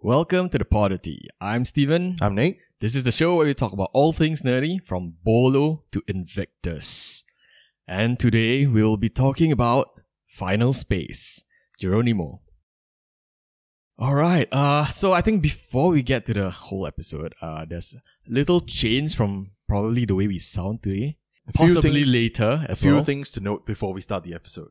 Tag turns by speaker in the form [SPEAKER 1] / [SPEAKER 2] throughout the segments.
[SPEAKER 1] Welcome to the Podity. I'm Steven.
[SPEAKER 2] I'm Nate.
[SPEAKER 1] This is the show where we talk about all things nerdy from Bolo to Invictus. And today we will be talking about Final Space, Geronimo. Alright, uh, so I think before we get to the whole episode, uh, there's little change from probably the way we sound today.
[SPEAKER 2] few
[SPEAKER 1] Possibly
[SPEAKER 2] things-
[SPEAKER 1] later as
[SPEAKER 2] few
[SPEAKER 1] well.
[SPEAKER 2] things to note before we start the episode.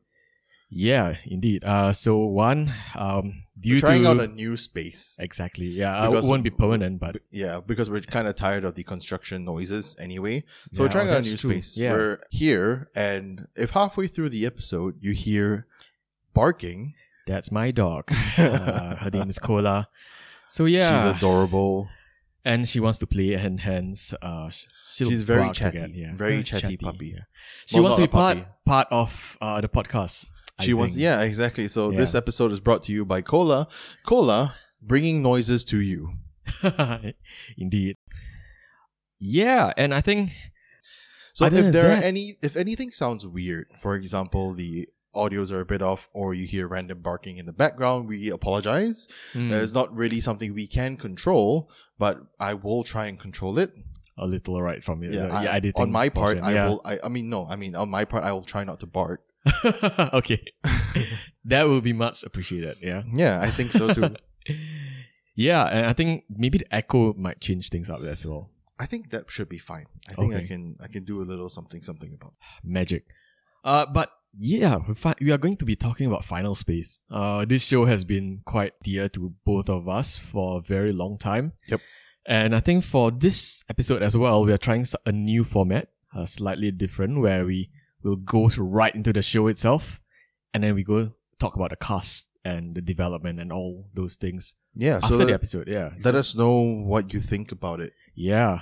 [SPEAKER 1] Yeah, indeed. Uh, so one, um, due
[SPEAKER 2] We're trying
[SPEAKER 1] to
[SPEAKER 2] out a new space.
[SPEAKER 1] exactly, yeah, uh, it
[SPEAKER 2] Because-
[SPEAKER 1] won't be permanent, but
[SPEAKER 2] Yeah, because we're kind of tired of the construction noises anyway. So
[SPEAKER 1] Yeah,
[SPEAKER 2] we're trying
[SPEAKER 1] oh,
[SPEAKER 2] out
[SPEAKER 1] that's
[SPEAKER 2] a new
[SPEAKER 1] true.
[SPEAKER 2] space.
[SPEAKER 1] Yeah.
[SPEAKER 2] We're here, and if halfway through the episode you hear barking,
[SPEAKER 1] That's my dog. Uh, her name is Cola. So yeah,
[SPEAKER 2] she's adorable.
[SPEAKER 1] and she wants to play, and hence uh, sh- she'll
[SPEAKER 2] She's very
[SPEAKER 1] bark to
[SPEAKER 2] chatty.
[SPEAKER 1] get- yeah.
[SPEAKER 2] Very chatty puppy.
[SPEAKER 1] yeah. She
[SPEAKER 2] Well,
[SPEAKER 1] wants to be
[SPEAKER 2] not a
[SPEAKER 1] part
[SPEAKER 2] puppy.
[SPEAKER 1] part of uh, the podcast. I
[SPEAKER 2] She wants,
[SPEAKER 1] think.
[SPEAKER 2] yeah, exactly. So this episode is brought to you by Cola. Cola bringing noises to you.
[SPEAKER 1] indeed. Yeah, and I think
[SPEAKER 2] So
[SPEAKER 1] Other than
[SPEAKER 2] if there
[SPEAKER 1] that-
[SPEAKER 2] are any, if anything sounds weird, for example, the audios are a bit off, or you hear random barking in the background, we apologize.
[SPEAKER 1] hmm,
[SPEAKER 2] That is not really something we can control, but I will try and control it.
[SPEAKER 1] a little alright from you.
[SPEAKER 2] I-
[SPEAKER 1] yeah editing
[SPEAKER 2] on my part,
[SPEAKER 1] portion,
[SPEAKER 2] I
[SPEAKER 1] yeah.
[SPEAKER 2] will. I, I mean, no, I mean on my part, I will try not to bark.
[SPEAKER 1] okay, that will be much appreciated. Yeah.
[SPEAKER 2] Yeah, I think so too.
[SPEAKER 1] Yeah, and I think maybe the echo might change things up as well.
[SPEAKER 2] I think that should be fine. I think
[SPEAKER 1] Okay.
[SPEAKER 2] I can. I can do a little something, something about.
[SPEAKER 1] magic. Uh, but yeah, we, fi- we are going to be talking about Final Space. Uh, this show has been quite dear to both of us for a very long time.
[SPEAKER 2] Yep.
[SPEAKER 1] And I think for this episode as well, we are trying s- a new format, uh, slightly different, where we will go to right into the show itself, and then we go talk about the cast and the development and all those things
[SPEAKER 2] Yeah.
[SPEAKER 1] after
[SPEAKER 2] so
[SPEAKER 1] the
[SPEAKER 2] let,
[SPEAKER 1] episode. Yeah.
[SPEAKER 2] let us
[SPEAKER 1] Just-
[SPEAKER 2] know what you think about it.
[SPEAKER 1] yeah.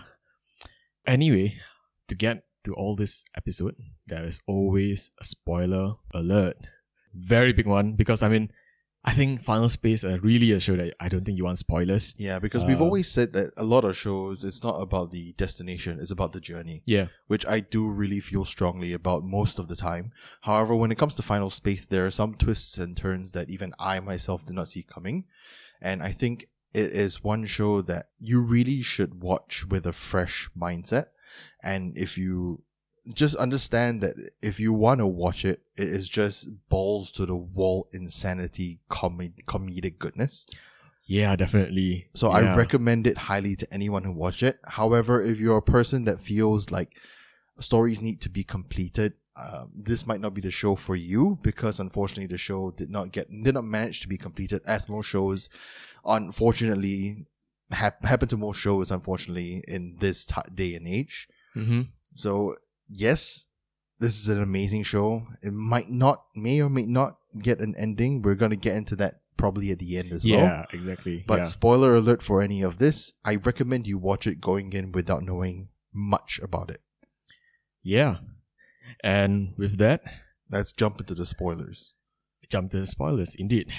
[SPEAKER 1] Anyway, to get to all this episode, there is always a spoiler alert. Very big one because I mean, I think Final Space are really a show that I don't think you want spoilers.
[SPEAKER 2] Yeah, because we've
[SPEAKER 1] Uh,
[SPEAKER 2] always said that a lot of shows, it's not about the destination, it's about the journey.
[SPEAKER 1] Yeah.
[SPEAKER 2] which I do really feel strongly about most of the time. However, when it comes to Final Space, there are some twists and turns that even I myself did not see coming. And I think it is one show that you really should watch with a fresh mindset. And if you just understand that if you want to watch it, it is just balls to the wall insanity, com- comedic goodness.
[SPEAKER 1] Yeah, definitely.
[SPEAKER 2] So
[SPEAKER 1] Yeah.
[SPEAKER 2] I recommend it highly to anyone who watch it. However, if you're a person that feels like stories need to be completed, um, this might not be the show for you because unfortunately the show did not get did not manage to be completed as most shows unfortunately hap- happen to most shows unfortunately in this ti day and age.
[SPEAKER 1] Mhm.
[SPEAKER 2] So yes, this is an amazing show. It might not may or may not get an ending. We're going to get into that probably at the end as well.
[SPEAKER 1] Yeah, exactly.
[SPEAKER 2] But
[SPEAKER 1] yeah.
[SPEAKER 2] spoiler alert for any of this, I recommend you watch it going in without knowing much about it.
[SPEAKER 1] yeah. And with that,
[SPEAKER 2] Let's jump into the spoilers.
[SPEAKER 1] jump to the spoilers indeed.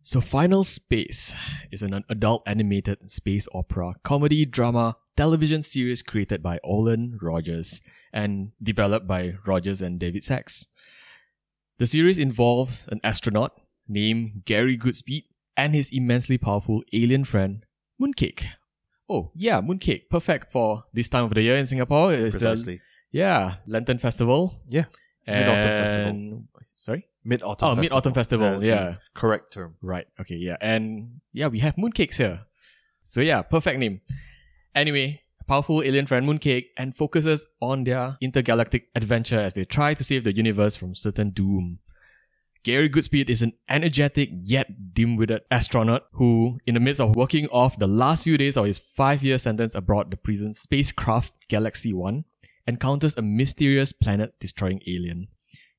[SPEAKER 1] So, Final Space is an adult animated space opera, comedy, drama, television series created by Olin Rogers and developed by Rogers and David Sachs. The series involves an astronaut named Gary Goodspeed and his immensely powerful alien friend, Mooncake. Oh, yeah, Mooncake. Perfect for this time of the year in Singapore. It's the,
[SPEAKER 2] Precisely.
[SPEAKER 1] yeah, Lantern Festival.
[SPEAKER 2] Yeah.
[SPEAKER 1] And,
[SPEAKER 2] Mid-Autumn Festival.
[SPEAKER 1] Sorry?
[SPEAKER 2] Mid autumn.
[SPEAKER 1] oh, Mid Autumn Festival. yeah.
[SPEAKER 2] correct term.
[SPEAKER 1] Right. Okay. Yeah. And yeah, we have mooncakes here. So yeah, perfect name. Anyway, powerful alien friend mooncake and focuses on their intergalactic adventure as they try to save the universe from certain doom. Gary Goodspeed is an energetic yet dim-witted astronaut who, in the midst of working off the last few days of his five-year sentence aboard the prison spacecraft Galaxy One, encounters a mysterious planet-destroying alien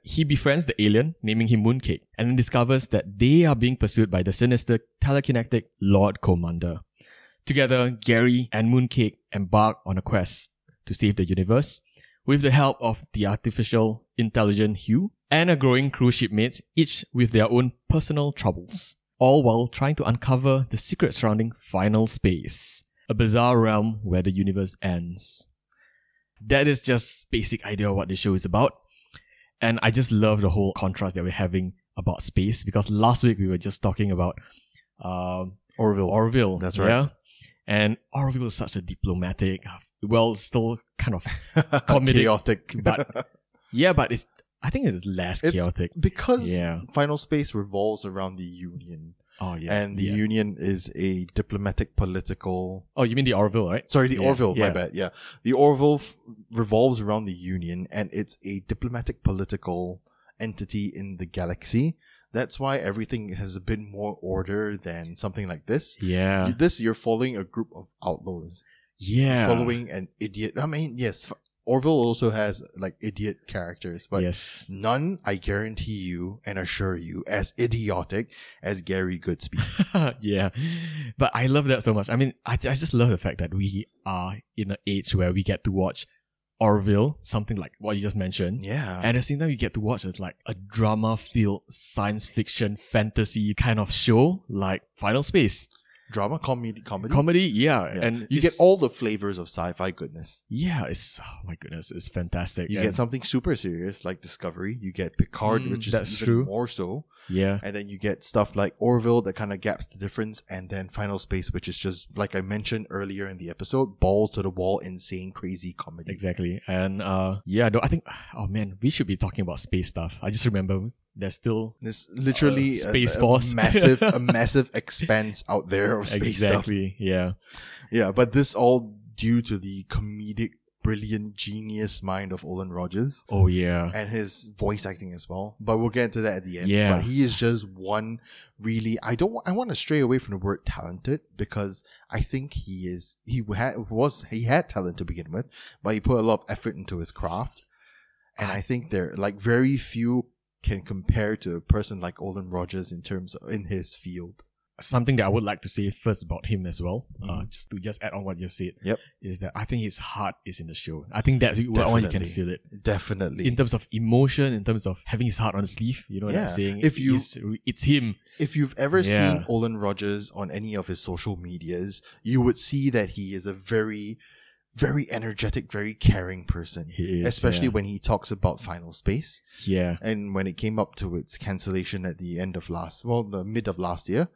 [SPEAKER 1] he befriends the alien, naming him Mooncake, and then discovers that they are being pursued by the sinister telekinetic Lord Commander. Together, Gary and Mooncake embark on a quest to save the universe with the help of the artificial intelligent Hugh and a growing crew shipmates, each with their own personal troubles, all while trying to uncover the secret surrounding Final Space, a bizarre realm where the universe ends. That is just basic idea of what the show is about. And I just love the whole contrast that we're having about space because last week we were just talking about um,
[SPEAKER 2] Orville.
[SPEAKER 1] Orville.
[SPEAKER 2] That's right.
[SPEAKER 1] Yeah. And Orville is such a diplomatic, well, still kind of comedic,
[SPEAKER 2] Chaotic.
[SPEAKER 1] but yeah, but it's I think it's less
[SPEAKER 2] It's-
[SPEAKER 1] chaotic.
[SPEAKER 2] because
[SPEAKER 1] Yeah.
[SPEAKER 2] Final Space revolves around the Union,
[SPEAKER 1] Oh yeah.
[SPEAKER 2] and the
[SPEAKER 1] yeah.
[SPEAKER 2] Union is a diplomatic, political.
[SPEAKER 1] oh, you mean the Orville, right?
[SPEAKER 2] Sorry, the
[SPEAKER 1] Yeah,
[SPEAKER 2] Orville. My
[SPEAKER 1] yeah.
[SPEAKER 2] bad. Yeah, the Orville f- revolves around the Union, and it's a diplomatic, political entity in the galaxy. That's why everything has a bit more order than something like this.
[SPEAKER 1] Yeah.
[SPEAKER 2] This you're following a group of outlaws.
[SPEAKER 1] yeah.
[SPEAKER 2] following an idiot. I mean, yes, f- Orville also has like idiot characters, but
[SPEAKER 1] yes.
[SPEAKER 2] none, I guarantee you and assure you, as idiotic as Gary Goodspeed.
[SPEAKER 1] yeah. But I love that so much. I mean, I, I just love the fact that we are in an age where we get to watch Orville, something like what you just mentioned.
[SPEAKER 2] yeah.
[SPEAKER 1] And at the same time, you get to watch it's like a drama filled science fiction fantasy kind of show, like Final Space.
[SPEAKER 2] Drama, comedy, comedy.
[SPEAKER 1] Comedy, yeah.
[SPEAKER 2] Yeah.
[SPEAKER 1] And
[SPEAKER 2] you get
[SPEAKER 1] it's-
[SPEAKER 2] all the flavors of sci-fi goodness.
[SPEAKER 1] Yeah, it's oh my goodness, it's fantastic.
[SPEAKER 2] You
[SPEAKER 1] And-
[SPEAKER 2] get something super serious like Discovery. You get Picard,
[SPEAKER 1] Mm,
[SPEAKER 2] which is
[SPEAKER 1] that's
[SPEAKER 2] even
[SPEAKER 1] true.
[SPEAKER 2] more so,
[SPEAKER 1] Yeah.
[SPEAKER 2] and then you get stuff like Orville that kind of gaps the difference, and then Final Space, which is just like I mentioned earlier in the episode, balls to the wall, insane, crazy comedy.
[SPEAKER 1] Exactly. And uh yeah, though I think oh man, we should be talking about space stuff. I just remember there's still
[SPEAKER 2] There's literally
[SPEAKER 1] Uh,
[SPEAKER 2] a-
[SPEAKER 1] Space
[SPEAKER 2] a,
[SPEAKER 1] Force.
[SPEAKER 2] massive, a massive expanse out there of space stuff.
[SPEAKER 1] exactly, yeah.
[SPEAKER 2] Yeah, but this all due to the comedic, brilliant, genius mind of Olin Rogers
[SPEAKER 1] Oh yeah.
[SPEAKER 2] and his voice acting as well. But we'll get into that at the end.
[SPEAKER 1] Yeah.
[SPEAKER 2] but he is just one really. I don't. I want to stray away from the word talented because I think he is. He had was he had talent to begin with, but he put a lot of effort into his craft, and I think there like very few can compare to a person like Olin Rogers in terms of, in his field.
[SPEAKER 1] Something that I would like to say first about him as well, uh,
[SPEAKER 2] Mhm.
[SPEAKER 1] just to just add on what you said,
[SPEAKER 2] Yep.
[SPEAKER 1] is that I think his heart is in the show. I think that's what one you can
[SPEAKER 2] Definitely.
[SPEAKER 1] feel it
[SPEAKER 2] Definitely,
[SPEAKER 1] in terms of emotion, in terms of having his heart on the sleeve. You know what I'm
[SPEAKER 2] Yeah.
[SPEAKER 1] saying?
[SPEAKER 2] If you-
[SPEAKER 1] it's, it's him.
[SPEAKER 2] if you've ever
[SPEAKER 1] Yeah.
[SPEAKER 2] seen Olin Rogers on any of his social medias, you would see that he is a very, very energetic, very caring person.
[SPEAKER 1] He is,
[SPEAKER 2] Especially
[SPEAKER 1] yeah.
[SPEAKER 2] when he talks about Final Space
[SPEAKER 1] yeah.
[SPEAKER 2] and when it came up to its cancellation at the end of last, well, the mid of last year,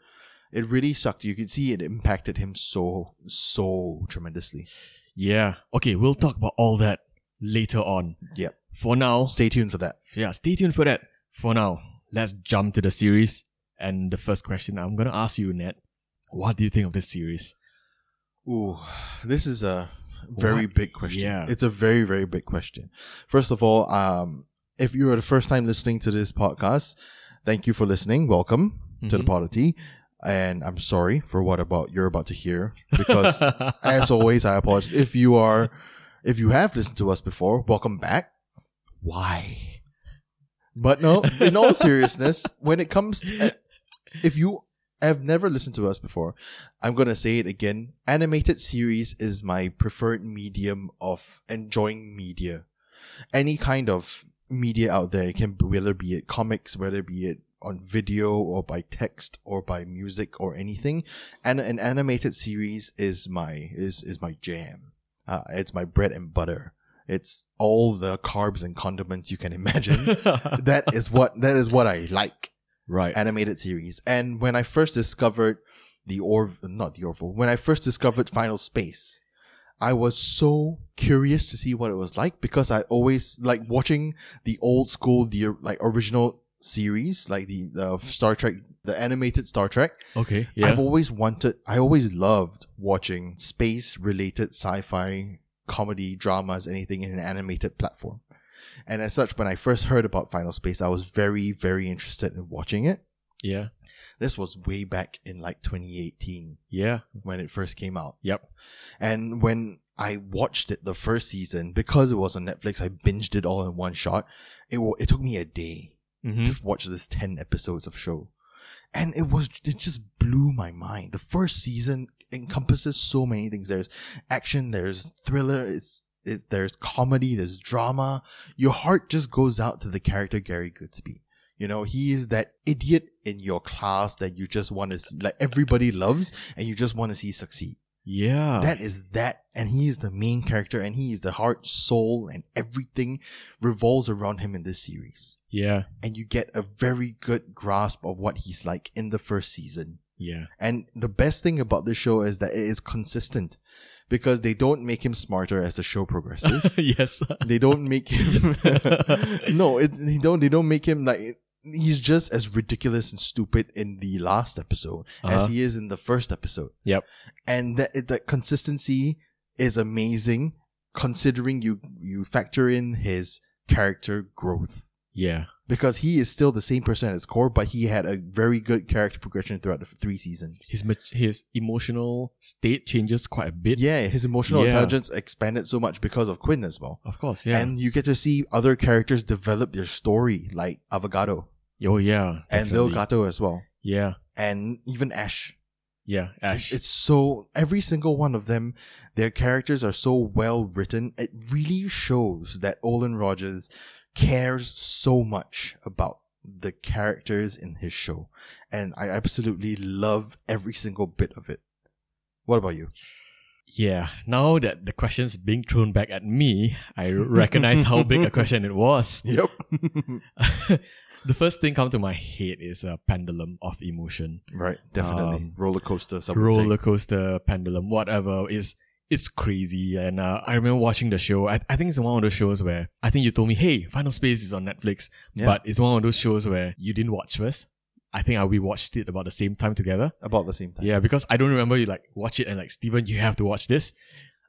[SPEAKER 2] it really sucked. You could see it impacted him so, so tremendously.
[SPEAKER 1] Yeah. Okay, we'll talk about all that later on.
[SPEAKER 2] Yep.
[SPEAKER 1] For now,
[SPEAKER 2] Stay tuned for that.
[SPEAKER 1] yeah, stay tuned for that. For now, let's jump to the series. And the first question I'm gonna ask you, Ned, what do you think of this series?
[SPEAKER 2] Ooh, this is a very
[SPEAKER 1] What?
[SPEAKER 2] big question.
[SPEAKER 1] Yeah.
[SPEAKER 2] It's a very, very big question. First of all, um, if you are the first time listening to this podcast, thank you for listening. Welcome to the
[SPEAKER 1] Mhm.
[SPEAKER 2] Polity. And I'm sorry for what about you're about to hear because as always, I apologize. If you are, if you have listened to us before, welcome back. Why? But no, in all seriousness, when it comes, to, if you have never listened to us before, I'm gonna say it again. Animated series is my preferred medium of enjoying media. Any kind of media out there, it can be- whether it be it comics, whether it be it on video or by text or by music or anything and an animated series is my is is my jam. Uh, it's my bread and butter. It's all the carbs and condiments you can imagine. that is what that is what I like
[SPEAKER 1] right.
[SPEAKER 2] animated series. And when I first discovered the or not the Orville, when I first discovered Final Space, I was so curious to see what it was like because I always like watching the old school, the like original series, like the, the Star Trek, the animated Star Trek.
[SPEAKER 1] okay. Yeah.
[SPEAKER 2] I've always wanted, I always loved watching space related sci fi, comedy, dramas, anything in an animated platform. And as such, when I first heard about Final Space, I was very, very interested in watching it.
[SPEAKER 1] yeah.
[SPEAKER 2] This was way back in like 2018
[SPEAKER 1] Yeah.
[SPEAKER 2] when it first came out.
[SPEAKER 1] Yep.
[SPEAKER 2] And when I watched it the first season, because it was on Netflix, I binged it all in one shot. It, wa- it took me a day
[SPEAKER 1] Mhm.
[SPEAKER 2] to watch this 10 episodes of show and it was it just blew my mind the first season encompasses so many things there's action there's thriller it's it, there's comedy there's drama your heart just goes out to the character gary goodspeed you know he is that idiot in your class that you just want to see, like everybody loves and you just want to see succeed
[SPEAKER 1] Yeah.
[SPEAKER 2] that is that, and he is the main character, and he is the heart, soul, and everything revolves around him in this series
[SPEAKER 1] yeah.
[SPEAKER 2] and you get a very good grasp of what he's like in the first season.
[SPEAKER 1] Yeah.
[SPEAKER 2] And the best thing about this show is that it is consistent because they don't make him smarter as the show progresses.
[SPEAKER 1] yes.
[SPEAKER 2] they don't make him No, it, they don't they don't make him like he's just as ridiculous and stupid in the last episode
[SPEAKER 1] Uh-huh.
[SPEAKER 2] as he is in the first episode.
[SPEAKER 1] Yep.
[SPEAKER 2] And that it- that consistency is amazing considering you you factor in his character growth
[SPEAKER 1] Yeah.
[SPEAKER 2] because he is still the same person at his core but he had a very good character progression throughout the f- three seasons.
[SPEAKER 1] His mat- his emotional state changes quite a bit.
[SPEAKER 2] Yeah, his emotional
[SPEAKER 1] Yeah.
[SPEAKER 2] intelligence expanded so much because of Quinn as well.
[SPEAKER 1] Of course. Yeah.
[SPEAKER 2] And you get to see other characters develop their story, like Avocado
[SPEAKER 1] oh yeah.
[SPEAKER 2] and Lil
[SPEAKER 1] definitely.
[SPEAKER 2] Gato as well,
[SPEAKER 1] Yeah.
[SPEAKER 2] and even Ash.
[SPEAKER 1] Yeah. Ash.
[SPEAKER 2] It's so every single one of them, their characters are so well written. It really shows that Olin Rogers cares so much about the characters in his show, and I absolutely love every single bit of it. What about you?
[SPEAKER 1] Yeah, now that the question's being thrown back at me, I recognize how big a question it was.
[SPEAKER 2] Yep.
[SPEAKER 1] the first thing come to my head is a pendulum of emotion.
[SPEAKER 2] right. Definitely.
[SPEAKER 1] Um,
[SPEAKER 2] roller coaster. Some would say.
[SPEAKER 1] Roller coaster, pendulum, whatever is it's crazy. And uh, I remember watching the show. I, I think it's one of those shows where I think you told me, hey, Final Space is on Netflix.
[SPEAKER 2] Yeah.
[SPEAKER 1] But it's one of those shows where you didn't watch first. I think I, we watched it about the same time together.
[SPEAKER 2] about the same time.
[SPEAKER 1] Yeah, because I don't remember you like watch it and like, Steven, you have to watch this.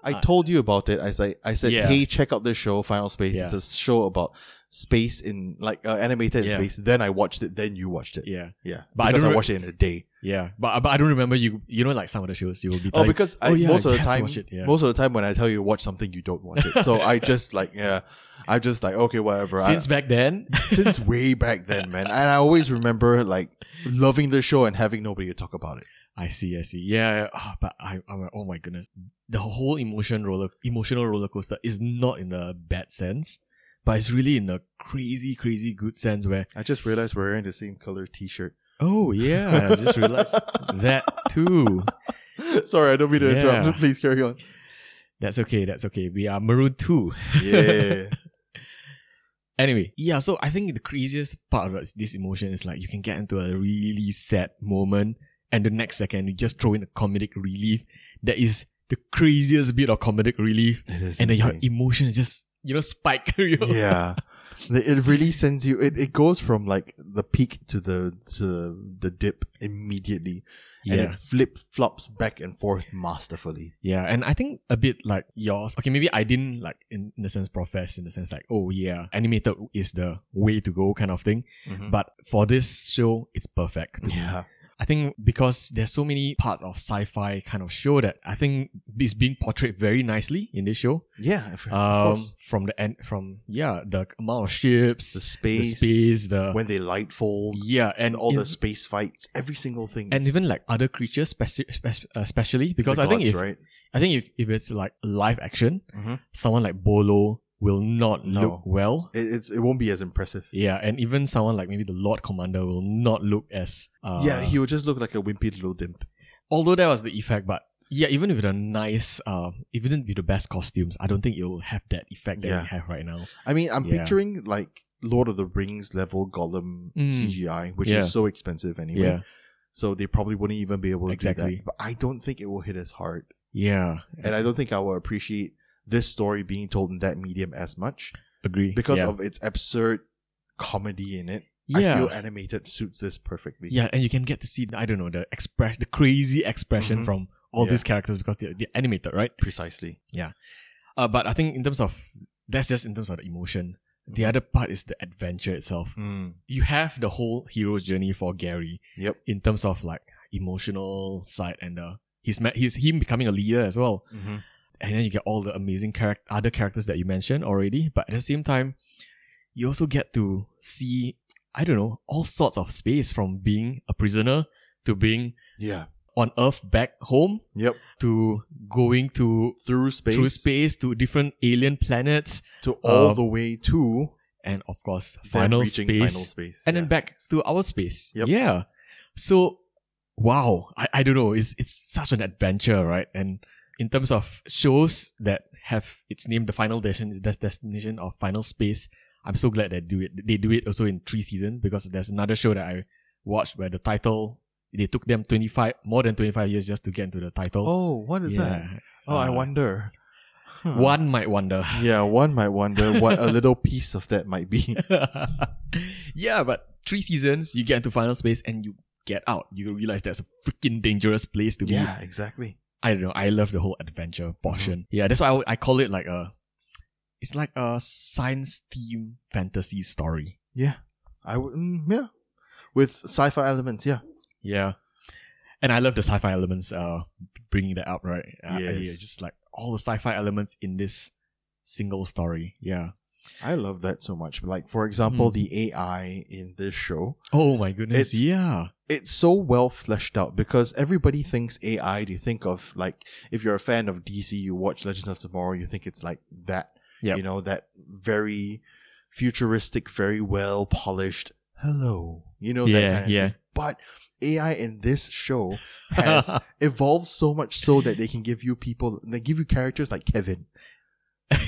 [SPEAKER 2] I
[SPEAKER 1] Uh,
[SPEAKER 2] told you about it. I said, I said,
[SPEAKER 1] Yeah.
[SPEAKER 2] hey, check out this show, Final Space. It's
[SPEAKER 1] Yeah.
[SPEAKER 2] a show about space in like uh, animated in
[SPEAKER 1] Yeah.
[SPEAKER 2] space. Then I watched it. Then you watched it. Yeah,
[SPEAKER 1] Yeah. But
[SPEAKER 2] but
[SPEAKER 1] I
[SPEAKER 2] because I,
[SPEAKER 1] don't re-
[SPEAKER 2] watched it in a day.
[SPEAKER 1] Yeah, but but I don't remember you. You know, like some of the shows you will be.
[SPEAKER 2] Oh,
[SPEAKER 1] telling-
[SPEAKER 2] because I,
[SPEAKER 1] oh, yeah,
[SPEAKER 2] most of
[SPEAKER 1] you
[SPEAKER 2] the
[SPEAKER 1] have to
[SPEAKER 2] time,
[SPEAKER 1] watch it, yeah.
[SPEAKER 2] most of the time when I tell you to watch something, you don't watch it. So I just like, yeah, I just like, okay, whatever.
[SPEAKER 1] since
[SPEAKER 2] Since,
[SPEAKER 1] back then,
[SPEAKER 2] since way back then, man, and I always remember like loving the show and having nobody to talk about it.
[SPEAKER 1] I see, I see. Yeah, oh, but I, I'm like, oh my goodness, the whole emotion roller, emotional roller coaster is not in a bad sense, but it's really in a crazy, crazy good sense where
[SPEAKER 2] I just realized we're wearing the same color T-shirt.
[SPEAKER 1] oh yeah, I just realized that too.
[SPEAKER 2] Sorry, I don't mean to
[SPEAKER 1] Yeah.
[SPEAKER 2] interrupt. Please carry on.
[SPEAKER 1] That's okay, that's okay. We are maroon too.
[SPEAKER 2] Yeah,
[SPEAKER 1] Anyway, yeah, so I think the craziest part of this emotion is like you can get into a really sad moment and the next second you just throw in a comedic relief that is the craziest bit of comedic relief
[SPEAKER 2] it is.
[SPEAKER 1] and then your
[SPEAKER 2] insane.
[SPEAKER 1] emotion is just, you know, spike. you know?
[SPEAKER 2] yeah The- it really sends you it, it goes from like the peak to the to the dip immediately and
[SPEAKER 1] Yeah.
[SPEAKER 2] it flips flops back and forth masterfully
[SPEAKER 1] Yeah. And I think a bit like yours. Okay. Maybe I didn't like in, in the sense profess in the sense like, oh yeah, animated is the way to go kind of thing.
[SPEAKER 2] Mm.
[SPEAKER 1] But for this show, it's perfect to me.
[SPEAKER 2] yeah
[SPEAKER 1] I think because there's so many parts of sci-fi kind of show that I think is being portrayed very nicely in this show.
[SPEAKER 2] yeah of, of
[SPEAKER 1] Um,
[SPEAKER 2] course.
[SPEAKER 1] from the end, from yeah, the amount of ships,
[SPEAKER 2] the
[SPEAKER 1] the
[SPEAKER 2] space
[SPEAKER 1] space, the
[SPEAKER 2] when they light fold
[SPEAKER 1] yeah, and
[SPEAKER 2] and all
[SPEAKER 1] in-
[SPEAKER 2] the space fights every single thing
[SPEAKER 1] and
[SPEAKER 2] is-
[SPEAKER 1] even like other creatures, speci- spec- uh, especially
[SPEAKER 2] the
[SPEAKER 1] because I think
[SPEAKER 2] gods,
[SPEAKER 1] if
[SPEAKER 2] right
[SPEAKER 1] I think if, if it's like live action,
[SPEAKER 2] Mhm.
[SPEAKER 1] someone like Bolo will not
[SPEAKER 2] No.
[SPEAKER 1] look well.
[SPEAKER 2] it, it's, it won't be as impressive
[SPEAKER 1] yeah, and even someone like maybe the Lord Commander will not look as uh,
[SPEAKER 2] yeah he would just look like a wimpy little dimp
[SPEAKER 1] although that was the effect, but yeah, even with a nice, uh, even with the best costumes, I don't think it'll have that effect that
[SPEAKER 2] Yeah.
[SPEAKER 1] we have right now.
[SPEAKER 2] i mean i'm
[SPEAKER 1] Yeah.
[SPEAKER 2] picturing like lord of the rings level golem
[SPEAKER 1] Mm.
[SPEAKER 2] cgi which
[SPEAKER 1] Yeah.
[SPEAKER 2] is so expensive anyway
[SPEAKER 1] Yeah,
[SPEAKER 2] So they probably wouldn't even be able to do
[SPEAKER 1] Exactly.
[SPEAKER 2] that. But I don't think it will hit as hard.
[SPEAKER 1] yeah,
[SPEAKER 2] And I don't think I will appreciate this story being told in that medium as much
[SPEAKER 1] agree
[SPEAKER 2] because
[SPEAKER 1] yeah.
[SPEAKER 2] of its absurd comedy in it.
[SPEAKER 1] yeah.
[SPEAKER 2] I feel animated suits this perfectly.
[SPEAKER 1] yeah, and you can get to see I don't know the express the crazy expression
[SPEAKER 2] Mhm.
[SPEAKER 1] from all
[SPEAKER 2] Yeah.
[SPEAKER 1] these characters because they're, they're animated, right?
[SPEAKER 2] Precisely.
[SPEAKER 1] Uh, but I think in terms of that's just in terms of the emotion. The other part is the adventure itself.
[SPEAKER 2] Mm.
[SPEAKER 1] You have the whole hero's journey for Gary
[SPEAKER 2] Yep.
[SPEAKER 1] in terms of like emotional side and uh, he's met he's him becoming a leader as well.
[SPEAKER 2] Mm-hmm.
[SPEAKER 1] and then you get all the amazing charac- other characters that you mentioned already. But at the same time, you also get to see, I don't know, all sorts of space from being a prisoner to being
[SPEAKER 2] Yeah.
[SPEAKER 1] on Earth back home
[SPEAKER 2] Yep.
[SPEAKER 1] to going to
[SPEAKER 2] Through space.
[SPEAKER 1] through space to different alien planets
[SPEAKER 2] To all
[SPEAKER 1] Um,
[SPEAKER 2] the way to
[SPEAKER 1] and of course
[SPEAKER 2] them
[SPEAKER 1] final space,
[SPEAKER 2] reaching final space.
[SPEAKER 1] and then
[SPEAKER 2] Yeah.
[SPEAKER 1] back to our space.
[SPEAKER 2] Yep.
[SPEAKER 1] Yeah. So wow, I, I don't know. It's it's such an adventure, right? And in terms of shows that have its name, the final destination, that's destination of final space. I'm so glad they do it. They do it also in three seasons because there's another show that I watched where the title They took them 25, more than 25 years just to get into the title.
[SPEAKER 2] Oh, what is that?
[SPEAKER 1] Yeah.
[SPEAKER 2] Oh, I
[SPEAKER 1] Uh,
[SPEAKER 2] wonder. Huh.
[SPEAKER 1] One might wonder.
[SPEAKER 2] Yeah, one might wonder what a little piece of that might be.
[SPEAKER 1] yeah, but three seasons, you get into final space and you get out. You realize that's a freaking dangerous place to be.
[SPEAKER 2] yeah, Mm-hmm. exactly.
[SPEAKER 1] I don't know. I love the whole adventure portion. Yeah, that's why I, would- I call it like a. It's like a science theme fantasy story.
[SPEAKER 2] Yeah, I would. Mm, yeah, with sci-fi elements. Yeah,
[SPEAKER 1] Yeah, and I love the sci-fi elements. Uh, bringing that up, right? Uh, yeah,
[SPEAKER 2] Yes.
[SPEAKER 1] just like all the sci-fi elements in this single story. Yeah.
[SPEAKER 2] I love that so much. Like for
[SPEAKER 1] Hmm.
[SPEAKER 2] example, the AI in this show,
[SPEAKER 1] Oh my goodness.
[SPEAKER 2] It's-
[SPEAKER 1] yeah.
[SPEAKER 2] it's so well fleshed out because everybody thinks AI. You think of like if you're a fan of DC, you watch Legends of Tomorrow. You think it's like that.
[SPEAKER 1] Yep.
[SPEAKER 2] you know that very futuristic, very well polished. Hello, you know that. kind
[SPEAKER 1] yeah. Yeah.
[SPEAKER 2] of But AI in this show has evolved so much so that they can give you people, they give you characters like Kevin.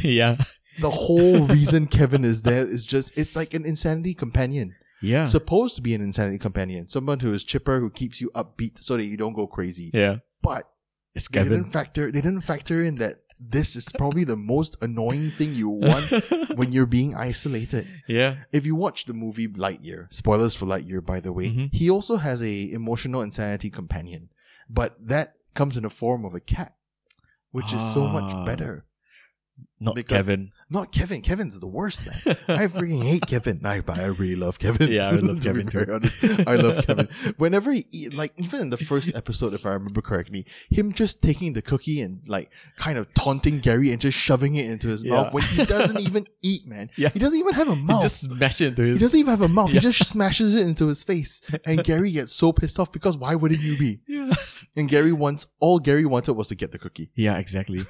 [SPEAKER 1] yeah.
[SPEAKER 2] The whole reason Kevin is there is just, it's like an insanity companion.
[SPEAKER 1] Yeah.
[SPEAKER 2] Supposed to be an insanity companion. Someone who is chipper, who keeps you upbeat so that you don't go crazy.
[SPEAKER 1] yeah.
[SPEAKER 2] But
[SPEAKER 1] It's
[SPEAKER 2] they
[SPEAKER 1] Kevin.
[SPEAKER 2] didn't factor, they didn't factor in that this is probably the most annoying thing you want when you're being isolated.
[SPEAKER 1] yeah.
[SPEAKER 2] If you watch the movie Lightyear, spoilers for Lightyear, by the way,
[SPEAKER 1] Mhm.
[SPEAKER 2] he also has a emotional insanity companion, but that comes in the form of a cat, which is so
[SPEAKER 1] Ah.
[SPEAKER 2] much better.
[SPEAKER 1] Not
[SPEAKER 2] Because-
[SPEAKER 1] Kevin.
[SPEAKER 2] Not Kevin. Kevin's the worst man. I freaking hate Kevin. I, but I really love Kevin.
[SPEAKER 1] Yeah, I love
[SPEAKER 2] To be
[SPEAKER 1] Kevin
[SPEAKER 2] very
[SPEAKER 1] too.
[SPEAKER 2] honest, I love Kevin. Whenever he eat, like even in the first episode, if I remember correctly, him just taking the cookie and like kind of taunting Gary and just shoving it into his
[SPEAKER 1] Yeah.
[SPEAKER 2] mouth when he doesn't even eat, man.
[SPEAKER 1] Yeah.
[SPEAKER 2] He doesn't even have a
[SPEAKER 1] He
[SPEAKER 2] mouth.
[SPEAKER 1] just smashed into
[SPEAKER 2] He
[SPEAKER 1] his.
[SPEAKER 2] doesn't even have a mouth.
[SPEAKER 1] Yeah.
[SPEAKER 2] He just smashes it into his face. And Gary gets so pissed off because why wouldn't you be?
[SPEAKER 1] yeah.
[SPEAKER 2] And Gary wants all Gary wanted was to get the cookie.
[SPEAKER 1] Yeah, exactly.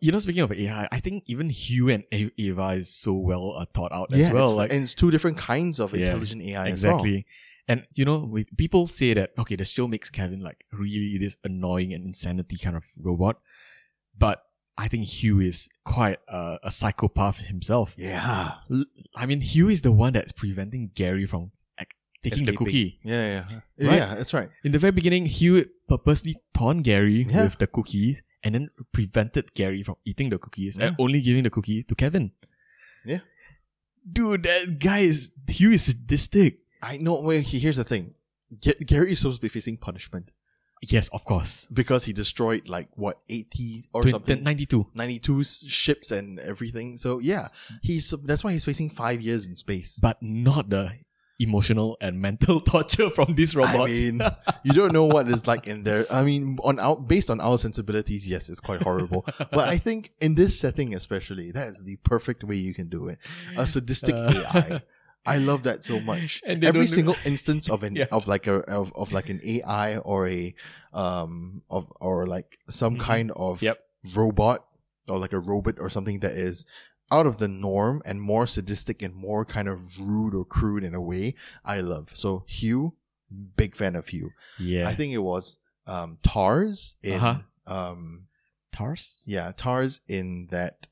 [SPEAKER 1] you know, speaking of AI, I think even Hugh and A- Ava is so well uh, thought out as well.
[SPEAKER 2] it's-
[SPEAKER 1] Like
[SPEAKER 2] and it's two different kinds of
[SPEAKER 1] Yeah,
[SPEAKER 2] intelligent AI
[SPEAKER 1] exactly. And you know, we, people say that okay, the show makes Kevin like really this annoying and insanity kind of robot, but I think Hugh is quite uh, a psychopath himself.
[SPEAKER 2] as well. Yeah.
[SPEAKER 1] I mean, Hugh is the one that's preventing Gary from like, taking the
[SPEAKER 2] Escaping.
[SPEAKER 1] cookie.
[SPEAKER 2] Yeah, yeah.
[SPEAKER 1] Right?
[SPEAKER 2] Yeah, that's right.
[SPEAKER 1] In the very beginning, Hugh purposely taunt Gary
[SPEAKER 2] Yeah.
[SPEAKER 1] with the cookies and then prevented Gary from eating the cookies and
[SPEAKER 2] Yeah.
[SPEAKER 1] only giving the cookie to Kevin.
[SPEAKER 2] Yeah.
[SPEAKER 1] Dude, that guy is Hugh is sadistic.
[SPEAKER 2] I know wait, he- here's the thing. Ga- Gary is supposed to be facing punishment
[SPEAKER 1] Yes, of course.
[SPEAKER 2] because he destroyed like what 80 or
[SPEAKER 1] Twen-
[SPEAKER 2] something
[SPEAKER 1] 92.
[SPEAKER 2] 92 s- ships and everything. So yeah, he's that's why he's facing 5 years in space.
[SPEAKER 1] But not the emotional and mental torture from this robot.
[SPEAKER 2] I mean, you don't know what it's like in there. I mean, on our based on our sensibilities, yes, it's quite horrible. but I think in this setting, especially, that is the perfect way you can do it. A sadistic
[SPEAKER 1] Uh,
[SPEAKER 2] AI. I love that so much.
[SPEAKER 1] And they
[SPEAKER 2] Every
[SPEAKER 1] don't-
[SPEAKER 2] single instance of an
[SPEAKER 1] Yeah.
[SPEAKER 2] of like a of, of like an AI or a um of or like some
[SPEAKER 1] Mhm.
[SPEAKER 2] kind of
[SPEAKER 1] Yep.
[SPEAKER 2] robot or like a robot or something that is out of the norm and more sadistic and more kind of rude or crude in a way I love. So Hugh, big fan of Hugh.
[SPEAKER 1] yeah.
[SPEAKER 2] I think it was um, Tars in
[SPEAKER 1] Uh-huh.
[SPEAKER 2] um,
[SPEAKER 1] Tars?
[SPEAKER 2] yeah Tars in that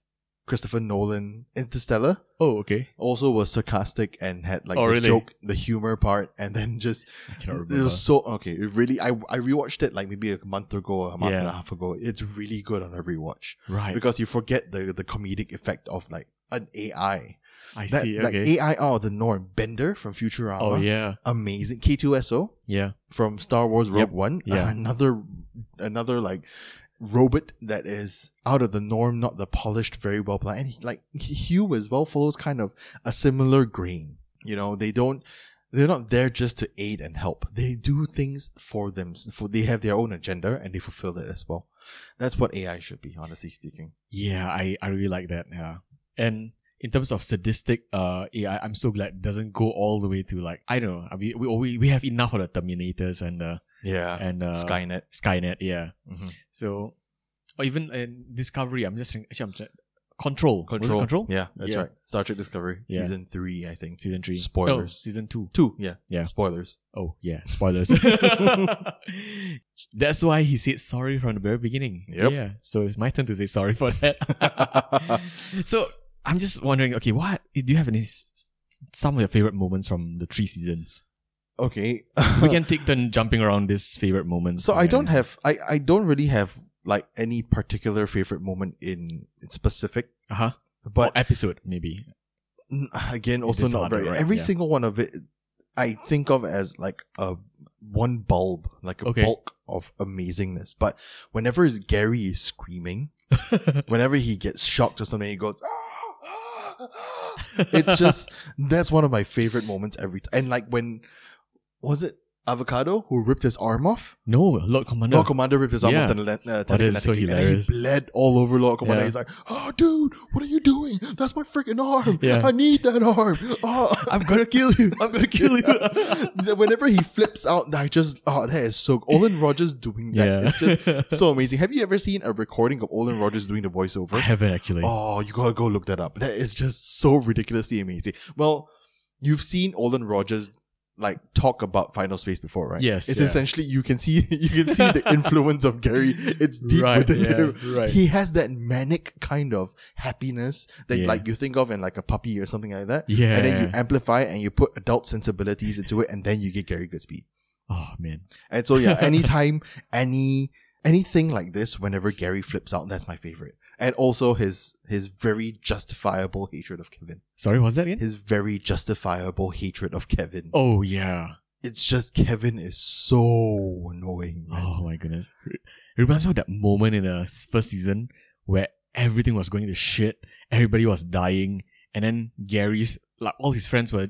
[SPEAKER 2] Christopher Nolan Interstellar
[SPEAKER 1] Oh, okay.
[SPEAKER 2] also was sarcastic and had like
[SPEAKER 1] Oh,
[SPEAKER 2] the
[SPEAKER 1] really?
[SPEAKER 2] joke, the humor part, and then just
[SPEAKER 1] I cannot
[SPEAKER 2] it
[SPEAKER 1] remember.
[SPEAKER 2] was so okay. It really, I I rewatched it like maybe a month ago, or a month and
[SPEAKER 1] Yeah.
[SPEAKER 2] a half ago. It's really good on a rewatch
[SPEAKER 1] right.
[SPEAKER 2] because you forget the the comedic effect of like an AI.
[SPEAKER 1] I
[SPEAKER 2] That,
[SPEAKER 1] see.
[SPEAKER 2] Like
[SPEAKER 1] Okay.
[SPEAKER 2] AI out of the norm. Bender from Futurama.
[SPEAKER 1] oh, yeah.
[SPEAKER 2] Amazing. K2SO
[SPEAKER 1] Yeah.
[SPEAKER 2] from Star Wars Rogue
[SPEAKER 1] Yep.
[SPEAKER 2] One.
[SPEAKER 1] Yeah.
[SPEAKER 2] Another another like robot that is out of the norm, not the polished, very well planned. And he, like Hugh as well follows kind of a similar grain. You know, they don't they're not there just to aid and help. They do things for them. For they have their own agenda and they fulfill it as well. That's what AI should be, honestly speaking.
[SPEAKER 1] Yeah, I, I really like that. Yeah. And in terms of sadistic uh AI, I'm so glad it doesn't go all the way to like I don't know. I mean, we we, we have enough of the Terminators and the
[SPEAKER 2] Yeah.
[SPEAKER 1] and uh,
[SPEAKER 2] Skynet.
[SPEAKER 1] Skynet, yeah.
[SPEAKER 2] Mhm.
[SPEAKER 1] So or even in Discovery, I'm just thinking actually I'm just, Control. Was it
[SPEAKER 2] Control.
[SPEAKER 1] Control?
[SPEAKER 2] Yeah, that's
[SPEAKER 1] Yeah.
[SPEAKER 2] right. Star Trek Discovery,
[SPEAKER 1] Yeah.
[SPEAKER 2] season three, I think.
[SPEAKER 1] Season three. No,
[SPEAKER 2] Spoilers.
[SPEAKER 1] season two.
[SPEAKER 2] Two, yeah.
[SPEAKER 1] Yeah.
[SPEAKER 2] Spoilers.
[SPEAKER 1] Oh yeah, spoilers. That's why he said sorry from the very beginning.
[SPEAKER 2] Yep.
[SPEAKER 1] Yeah. So it's my turn to say sorry for that. so I'm just wondering, okay, what do you have any s- some of your favorite moments from the three seasons?
[SPEAKER 2] Okay.
[SPEAKER 1] we can take turn jumping around these favorite moments.
[SPEAKER 2] So I
[SPEAKER 1] and-
[SPEAKER 2] don't have I, I don't really have like any particular favorite moment in, in specific,
[SPEAKER 1] uh-huh.
[SPEAKER 2] but
[SPEAKER 1] or episode maybe.
[SPEAKER 2] n- again also
[SPEAKER 1] is
[SPEAKER 2] not
[SPEAKER 1] harder,
[SPEAKER 2] very
[SPEAKER 1] right?
[SPEAKER 2] every
[SPEAKER 1] Yeah.
[SPEAKER 2] single one of it I think of as like a one bulb, like a
[SPEAKER 1] Okay.
[SPEAKER 2] bulk of amazingness. But whenever is Gary is screaming, whenever he gets shocked or something, he goes "Ah, ah, ah." it's just that's one of my favorite moments every time. And like when was it Avocado who ripped his arm off?
[SPEAKER 1] no Lord Commander.
[SPEAKER 2] Lord Commander ripped his arm
[SPEAKER 1] Yeah.
[SPEAKER 2] off tele- uh,
[SPEAKER 1] that is so
[SPEAKER 2] telekinetically, and then
[SPEAKER 1] hilarious.
[SPEAKER 2] he bled all over Lord Commander.
[SPEAKER 1] Yeah.
[SPEAKER 2] He's like, "Oh, dude, what are you doing? That's my freaking arm!
[SPEAKER 1] Yeah.
[SPEAKER 2] I need that arm! Oh,
[SPEAKER 1] I'm gonna kill you. I'm gonna kill you.
[SPEAKER 2] Whenever he flips out, I just oh, that is so Olin Rogers doing that.
[SPEAKER 1] yeah.
[SPEAKER 2] It's just so amazing. Have you ever seen a recording of Olin Rogers doing the
[SPEAKER 1] I
[SPEAKER 2] voiceover?
[SPEAKER 1] haven't actually.
[SPEAKER 2] Oh, you gotta go look that up. That is just so ridiculously amazing. Well, you've seen Olin Rogers like talk about Final Space before, right?
[SPEAKER 1] Yes,
[SPEAKER 2] It's
[SPEAKER 1] yeah.
[SPEAKER 2] essentially you can see you can see the influence of Gary. It's deep
[SPEAKER 1] right,
[SPEAKER 2] within him.
[SPEAKER 1] yeah, right.
[SPEAKER 2] He has that manic kind of happiness that
[SPEAKER 1] Yeah.
[SPEAKER 2] like you think of in like a puppy or something like that.
[SPEAKER 1] yeah.
[SPEAKER 2] And then you amplify and you put adult sensibilities into it and then you get Gary Goodspeed.
[SPEAKER 1] oh man.
[SPEAKER 2] And so yeah, anytime any anything like this, whenever Gary flips out, that's my favorite. And also his his very justifiable hatred of Kevin.
[SPEAKER 1] Sorry, was that it?
[SPEAKER 2] His very justifiable hatred of Kevin.
[SPEAKER 1] Oh yeah.
[SPEAKER 2] It's just Kevin is so annoying. man.
[SPEAKER 1] Oh my goodness. It reminds me of that moment in the s- first season where everything was going to shit, everybody was dying, and then Gary's like all his friends were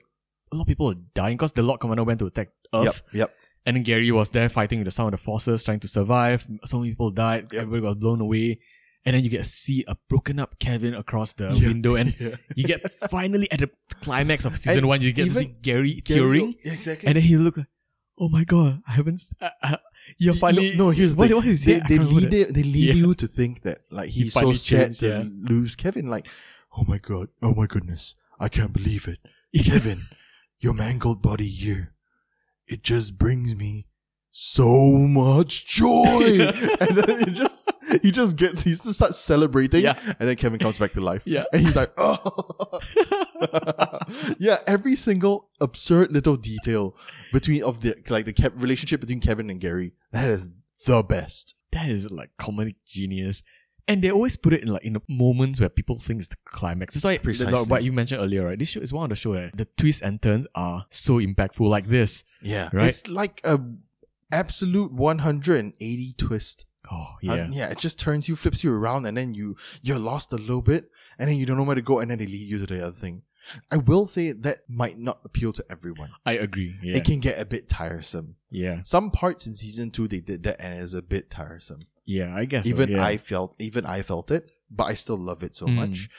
[SPEAKER 1] a lot of people were dying because the Lord Commander went to attack Earth.
[SPEAKER 2] Yep, yep.
[SPEAKER 1] And then Gary was there fighting with the sound of the forces, trying to survive. So many people died,
[SPEAKER 2] Yep.
[SPEAKER 1] everybody got blown away. And then you get to see a broken up Kevin across the
[SPEAKER 2] Yeah.
[SPEAKER 1] window, and
[SPEAKER 2] Yeah.
[SPEAKER 1] you get finally at the climax of season
[SPEAKER 2] And
[SPEAKER 1] one, you get to
[SPEAKER 2] even
[SPEAKER 1] see Gary
[SPEAKER 2] Gary-
[SPEAKER 1] curing.
[SPEAKER 2] oh, Yeah, exactly.
[SPEAKER 1] And then he looked, oh my god, I haven't. s- Uh, uh, you're
[SPEAKER 2] Y-
[SPEAKER 1] finally.
[SPEAKER 2] no, no, here's the
[SPEAKER 1] what,
[SPEAKER 2] thing.
[SPEAKER 1] what is
[SPEAKER 2] they,
[SPEAKER 1] it? I
[SPEAKER 2] they
[SPEAKER 1] can't remember
[SPEAKER 2] lead it, they lead
[SPEAKER 1] Yeah.
[SPEAKER 2] you to think that like
[SPEAKER 1] He
[SPEAKER 2] he's so
[SPEAKER 1] finally
[SPEAKER 2] sad
[SPEAKER 1] changed,
[SPEAKER 2] to
[SPEAKER 1] yeah.
[SPEAKER 2] lose Kevin. Like, oh my god, oh my goodness, I can't believe it,
[SPEAKER 1] that.
[SPEAKER 2] Kevin, your mangled body here, it just brings me so much joy. and then he just he just gets he just starts celebrating,
[SPEAKER 1] Yeah.
[SPEAKER 2] and then Kevin comes back to life.
[SPEAKER 1] Yeah.
[SPEAKER 2] And he's like, oh. yeah, every single absurd little detail between of the like the Kev- relationship between Kevin and Gary that is the best.
[SPEAKER 1] that is like comedic genius. And they always put it in like in the moments where people think it's the climax. That's why like
[SPEAKER 2] Precisely.
[SPEAKER 1] what you mentioned earlier, right? This show is one of the show that the twists and turns are so impactful, like this.
[SPEAKER 2] Yeah,
[SPEAKER 1] Right?
[SPEAKER 2] It's like a absolute one hundred and eighty twist.
[SPEAKER 1] Oh
[SPEAKER 2] Uh,
[SPEAKER 1] yeah,
[SPEAKER 2] yeah. It just turns you, flips you around, and then you you're lost a little bit, and then you don't know where to go, and then they lead you to the other thing. I will say that might not appeal to everyone.
[SPEAKER 1] I agree. Yeah,
[SPEAKER 2] It can get a bit tiresome.
[SPEAKER 1] yeah,
[SPEAKER 2] Some parts in season two they did that, and it's a bit tiresome.
[SPEAKER 1] yeah. I guess so,
[SPEAKER 2] even
[SPEAKER 1] yeah.
[SPEAKER 2] I felt even I felt it, but I still love it so
[SPEAKER 1] Mm.
[SPEAKER 2] much.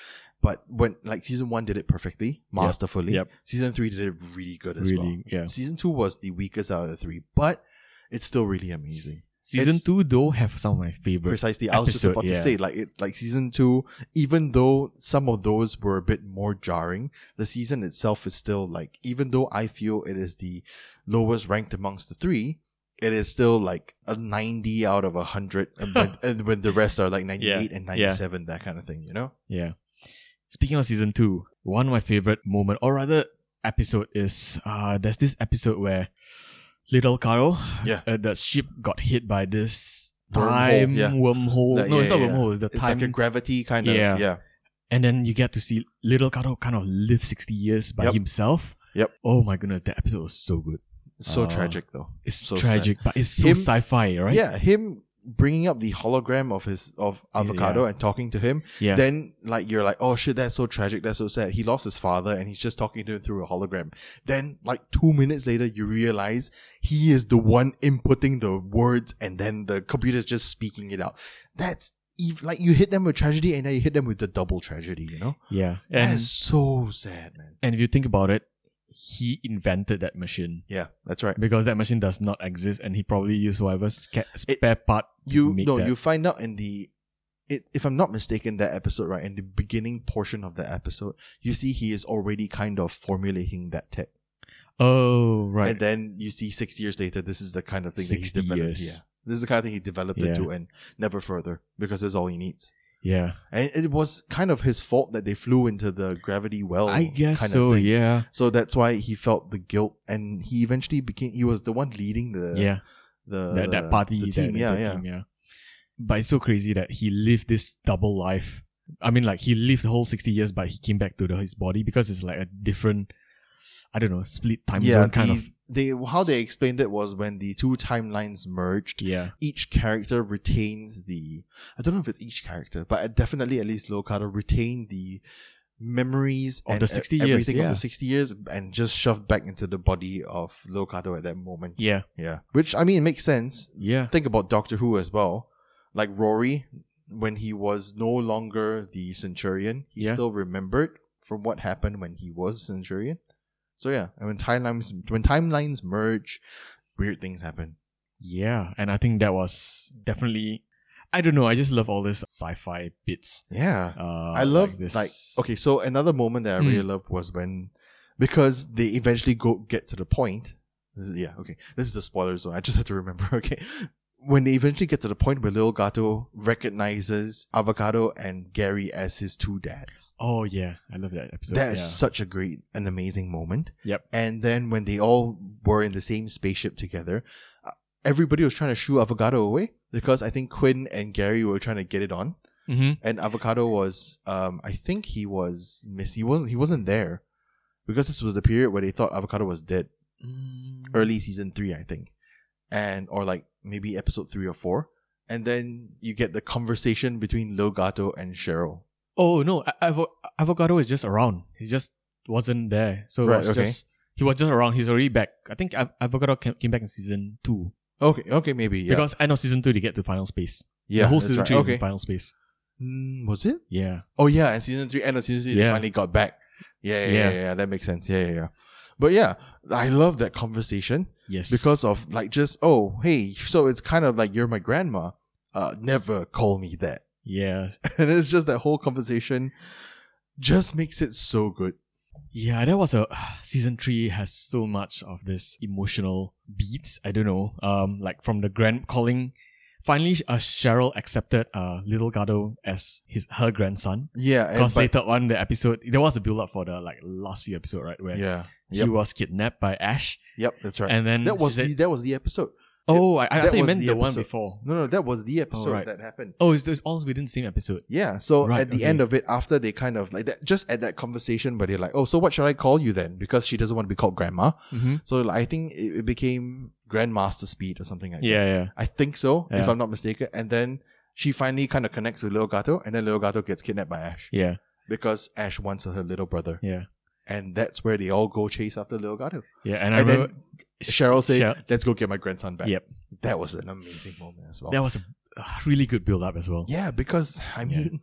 [SPEAKER 2] But when like season one did it perfectly, masterfully.
[SPEAKER 1] yep.
[SPEAKER 2] Season three did it really good as
[SPEAKER 1] really
[SPEAKER 2] well.
[SPEAKER 1] yeah.
[SPEAKER 2] Season two was the weakest out of the three, but it's still really amazing.
[SPEAKER 1] Season
[SPEAKER 2] it's-
[SPEAKER 1] two though have some of my favorite.
[SPEAKER 2] Precisely, I was just
[SPEAKER 1] episode,
[SPEAKER 2] about to
[SPEAKER 1] yeah.
[SPEAKER 2] say like it like season two, even though some of those were a bit more jarring, the season itself is still like even though I feel it is the lowest ranked amongst the three. It is still like a ninety out of hundred, and, when- and when the rest are like ninety eight and ninety seven, that kind of thing, you know.
[SPEAKER 1] Yeah. Speaking of season two, one of my favorite moment, or rather episode, is uh there's this episode where little Caro,
[SPEAKER 2] Yeah.
[SPEAKER 1] uh, the ship got hit by this
[SPEAKER 2] Wormhole,
[SPEAKER 1] time
[SPEAKER 2] yeah.
[SPEAKER 1] wormhole.
[SPEAKER 2] That-
[SPEAKER 1] no,
[SPEAKER 2] yeah,
[SPEAKER 1] it's not
[SPEAKER 2] yeah, yeah.
[SPEAKER 1] wormhole. It's the
[SPEAKER 2] It's
[SPEAKER 1] time.
[SPEAKER 2] like a gravity kind of,
[SPEAKER 1] Yeah.
[SPEAKER 2] yeah.
[SPEAKER 1] and then you get to see little Caro kind of live sixty years by
[SPEAKER 2] Yep.
[SPEAKER 1] himself.
[SPEAKER 2] Yep.
[SPEAKER 1] Oh my goodness, that episode was so good.
[SPEAKER 2] It's so
[SPEAKER 1] Ah.
[SPEAKER 2] tragic though.
[SPEAKER 1] It's
[SPEAKER 2] So sad.
[SPEAKER 1] tragic, but it's so
[SPEAKER 2] Him-
[SPEAKER 1] sci-fi, right?
[SPEAKER 2] Yeah, him bringing up the hologram of his of
[SPEAKER 1] Yeah,
[SPEAKER 2] avocado and talking to him.
[SPEAKER 1] Yeah.
[SPEAKER 2] Then like you're like, oh shit, that's so tragic, that's so sad. He lost his father, and he's just talking to him through a hologram. Then like two minutes later, you realize he is the one inputting the words, and then the computer's just speaking it out. That's ev- like you hit them with tragedy, and then you hit them with the double tragedy. You know,
[SPEAKER 1] yeah.
[SPEAKER 2] and
[SPEAKER 1] And
[SPEAKER 2] that's so sad, man.
[SPEAKER 1] and if you think about it, he invented that machine.
[SPEAKER 2] Yeah, that's right.
[SPEAKER 1] because that machine does not exist and he probably used whatever sca- spare part to
[SPEAKER 2] you
[SPEAKER 1] make
[SPEAKER 2] no
[SPEAKER 1] that.
[SPEAKER 2] you find out in the it, if i'm not mistaken that episode right in the beginning portion of the episode you see he is already kind of formulating that tech
[SPEAKER 1] oh right
[SPEAKER 2] and then you see six years later this is the kind of thing that he
[SPEAKER 1] 60
[SPEAKER 2] developed
[SPEAKER 1] years.
[SPEAKER 2] yeah this is the kind of thing he developed
[SPEAKER 1] Yeah.
[SPEAKER 2] into and never further because that's all he needs
[SPEAKER 1] Yeah.
[SPEAKER 2] And it was kind of his fault that they flew into the gravity well.
[SPEAKER 1] I guess
[SPEAKER 2] Oh, kind of
[SPEAKER 1] so,
[SPEAKER 2] thing.
[SPEAKER 1] yeah.
[SPEAKER 2] So that's why he felt the guilt, and he eventually became. He was the one leading the
[SPEAKER 1] yeah.
[SPEAKER 2] the
[SPEAKER 1] that, that party,
[SPEAKER 2] Uh, the
[SPEAKER 1] that-
[SPEAKER 2] team.
[SPEAKER 1] that
[SPEAKER 2] yeah, yeah.
[SPEAKER 1] team, yeah. But it's so crazy that he lived this double life. I mean, like he lived the whole sixty years, but he came back to the, his body because it's like a different, I don't know, split time
[SPEAKER 2] yeah,
[SPEAKER 1] zone kind
[SPEAKER 2] the-
[SPEAKER 1] of.
[SPEAKER 2] They how they explained it was when the two timelines merged,
[SPEAKER 1] Yeah,
[SPEAKER 2] each character retains the I don't know if it's each character, but definitely at least Lokata retained the memories
[SPEAKER 1] Of
[SPEAKER 2] and
[SPEAKER 1] the
[SPEAKER 2] e-
[SPEAKER 1] 60 years,
[SPEAKER 2] everything
[SPEAKER 1] yeah.
[SPEAKER 2] of the sixty years and just shoved back into the body of Lokato at that moment.
[SPEAKER 1] yeah,
[SPEAKER 2] Yeah. Which I mean it makes sense.
[SPEAKER 1] yeah,
[SPEAKER 2] Think about Doctor Who as well. Like Rory, when he was no longer the Centurion, he
[SPEAKER 1] Yeah.
[SPEAKER 2] still remembered from what happened when he was Centurion. So yeah, and when timelines when timelines merge, weird things happen.
[SPEAKER 1] yeah. And I think that was definitely, I don't know. I just love all this sci-fi bits.
[SPEAKER 2] Yeah.
[SPEAKER 1] Uh,
[SPEAKER 2] I love
[SPEAKER 1] this.
[SPEAKER 2] this. Like okay, so another moment that I really loved was when because they eventually go get to the point. This is, yeah, okay. This is the spoiler zone. I just have to remember. Okay, when they eventually get to the point where Lil Gato recognizes Avocado and Gary as his two dads.
[SPEAKER 1] Oh yeah, I love that episode.
[SPEAKER 2] that is
[SPEAKER 1] yeah.
[SPEAKER 2] such a great, an amazing moment.
[SPEAKER 1] Yep.
[SPEAKER 2] And then when they all were in the same spaceship together, uh, everybody was trying to shoo Avocado away because I think Quinn and Gary were trying to get it on
[SPEAKER 1] Mhm.
[SPEAKER 2] and avocado was um i think he was miss he wasn't he wasn't there because this was the period where they thought avocado was dead
[SPEAKER 1] Mm-hmm.
[SPEAKER 2] early season three i think and or like maybe episode three or four and then you get the conversation between logato and cheryl
[SPEAKER 1] Oh no, a- avo- avocado is just around. He just wasn't there. So it
[SPEAKER 2] Right,
[SPEAKER 1] was
[SPEAKER 2] okay.
[SPEAKER 1] just he was just around. He's already back. I think Av- avocado came, came back in season two
[SPEAKER 2] okay okay maybe yeah
[SPEAKER 1] because end of season two they get to final space.
[SPEAKER 2] yeah
[SPEAKER 1] the whole
[SPEAKER 2] that's
[SPEAKER 1] season
[SPEAKER 2] right.
[SPEAKER 1] three is
[SPEAKER 2] okay
[SPEAKER 1] in final space.
[SPEAKER 2] Mm, was it
[SPEAKER 1] Yeah,
[SPEAKER 2] oh yeah and season three end of season three they
[SPEAKER 1] Yeah.
[SPEAKER 2] finally got back yeah yeah, yeah
[SPEAKER 1] Yeah.
[SPEAKER 2] yeah yeah that makes sense yeah yeah yeah but yeah i love that conversation
[SPEAKER 1] yes,
[SPEAKER 2] because of like just oh hey so it's kind of like you're my grandma uh never call me that
[SPEAKER 1] yeah,
[SPEAKER 2] and it's just that whole conversation just makes it so good
[SPEAKER 1] yeah. That was a season three has so much of this emotional beats. I don't know, um, like from the grand calling. Finally, uh, Cheryl accepted uh, Little Gato as his her grandson.
[SPEAKER 2] yeah and,
[SPEAKER 1] Because
[SPEAKER 2] but,
[SPEAKER 1] later on the episode, there was a build up for the like last few episode, right? Where
[SPEAKER 2] yeah
[SPEAKER 1] he
[SPEAKER 2] Yep.
[SPEAKER 1] was kidnapped by Ash,
[SPEAKER 2] yep that's right
[SPEAKER 1] and then
[SPEAKER 2] that was
[SPEAKER 1] she said,
[SPEAKER 2] the, that was the episode
[SPEAKER 1] "Oh, I, I
[SPEAKER 2] that
[SPEAKER 1] thought you
[SPEAKER 2] was
[SPEAKER 1] meant
[SPEAKER 2] the
[SPEAKER 1] the, one
[SPEAKER 2] episode.
[SPEAKER 1] before."
[SPEAKER 2] no no that was the episode
[SPEAKER 1] right.
[SPEAKER 2] that happened
[SPEAKER 1] Oh, it's, it's all within the same episode.
[SPEAKER 2] yeah so
[SPEAKER 1] Right,
[SPEAKER 2] at the
[SPEAKER 1] okay.
[SPEAKER 2] end of it after they kind of like that just at that conversation where they're like oh so what should i call you then because she doesn't want to be called grandma
[SPEAKER 1] Mm-hmm.
[SPEAKER 2] so like, i think it, it became grandmaster speed or something like that
[SPEAKER 1] Yeah, yeah,
[SPEAKER 2] I think so, if
[SPEAKER 1] Yeah.
[SPEAKER 2] I'm not mistaken. And then she finally kind of connects with Lil Gato, and then Lil Gato gets kidnapped by Ash
[SPEAKER 1] yeah,
[SPEAKER 2] because Ash wants her little brother.
[SPEAKER 1] yeah,
[SPEAKER 2] And that's where they all go chase after Lil Gato.
[SPEAKER 1] yeah. And, I
[SPEAKER 2] And then
[SPEAKER 1] remember
[SPEAKER 2] Cheryl says,
[SPEAKER 1] Cheryl-
[SPEAKER 2] Let's go get my grandson back.
[SPEAKER 1] Yep.
[SPEAKER 2] That was an amazing moment as well.
[SPEAKER 1] that was a uh, really good build up as well.
[SPEAKER 2] yeah, because, I
[SPEAKER 1] Yeah.
[SPEAKER 2] mean,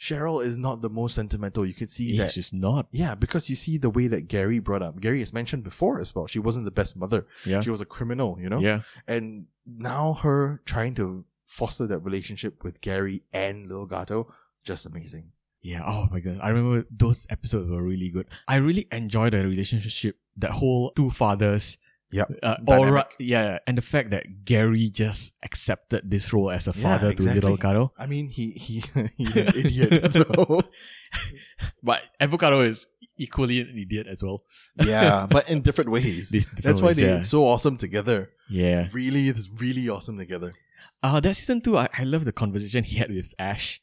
[SPEAKER 2] Cheryl is not the most sentimental. You could see
[SPEAKER 1] he's
[SPEAKER 2] that.
[SPEAKER 1] just not.
[SPEAKER 2] Yeah, because you see the way that Gary brought up. Gary has mentioned before as well. She wasn't the best mother.
[SPEAKER 1] Yeah.
[SPEAKER 2] She was a criminal, you know?
[SPEAKER 1] Yeah,
[SPEAKER 2] and now her trying to foster that relationship with Gary and Lil Gato, just amazing.
[SPEAKER 1] yeah. Oh my god, I remember those episodes were really good. I really enjoyed the relationship, that whole two fathers.
[SPEAKER 2] Yep.
[SPEAKER 1] Uh,
[SPEAKER 2] Dynamic.
[SPEAKER 1] aura, yeah, and the fact that Gary just accepted this role as a
[SPEAKER 2] Yeah,
[SPEAKER 1] father to
[SPEAKER 2] exactly.
[SPEAKER 1] little Karo.
[SPEAKER 2] I mean, he he he's an idiot. So
[SPEAKER 1] but avocado is equally an idiot as well.
[SPEAKER 2] yeah, but in different ways.
[SPEAKER 1] These different
[SPEAKER 2] That's why
[SPEAKER 1] ways,
[SPEAKER 2] they're
[SPEAKER 1] yeah.
[SPEAKER 2] so awesome together.
[SPEAKER 1] Yeah.
[SPEAKER 2] Really, it's really awesome together.
[SPEAKER 1] Uh, that season two, I, I love the conversation he had with Ash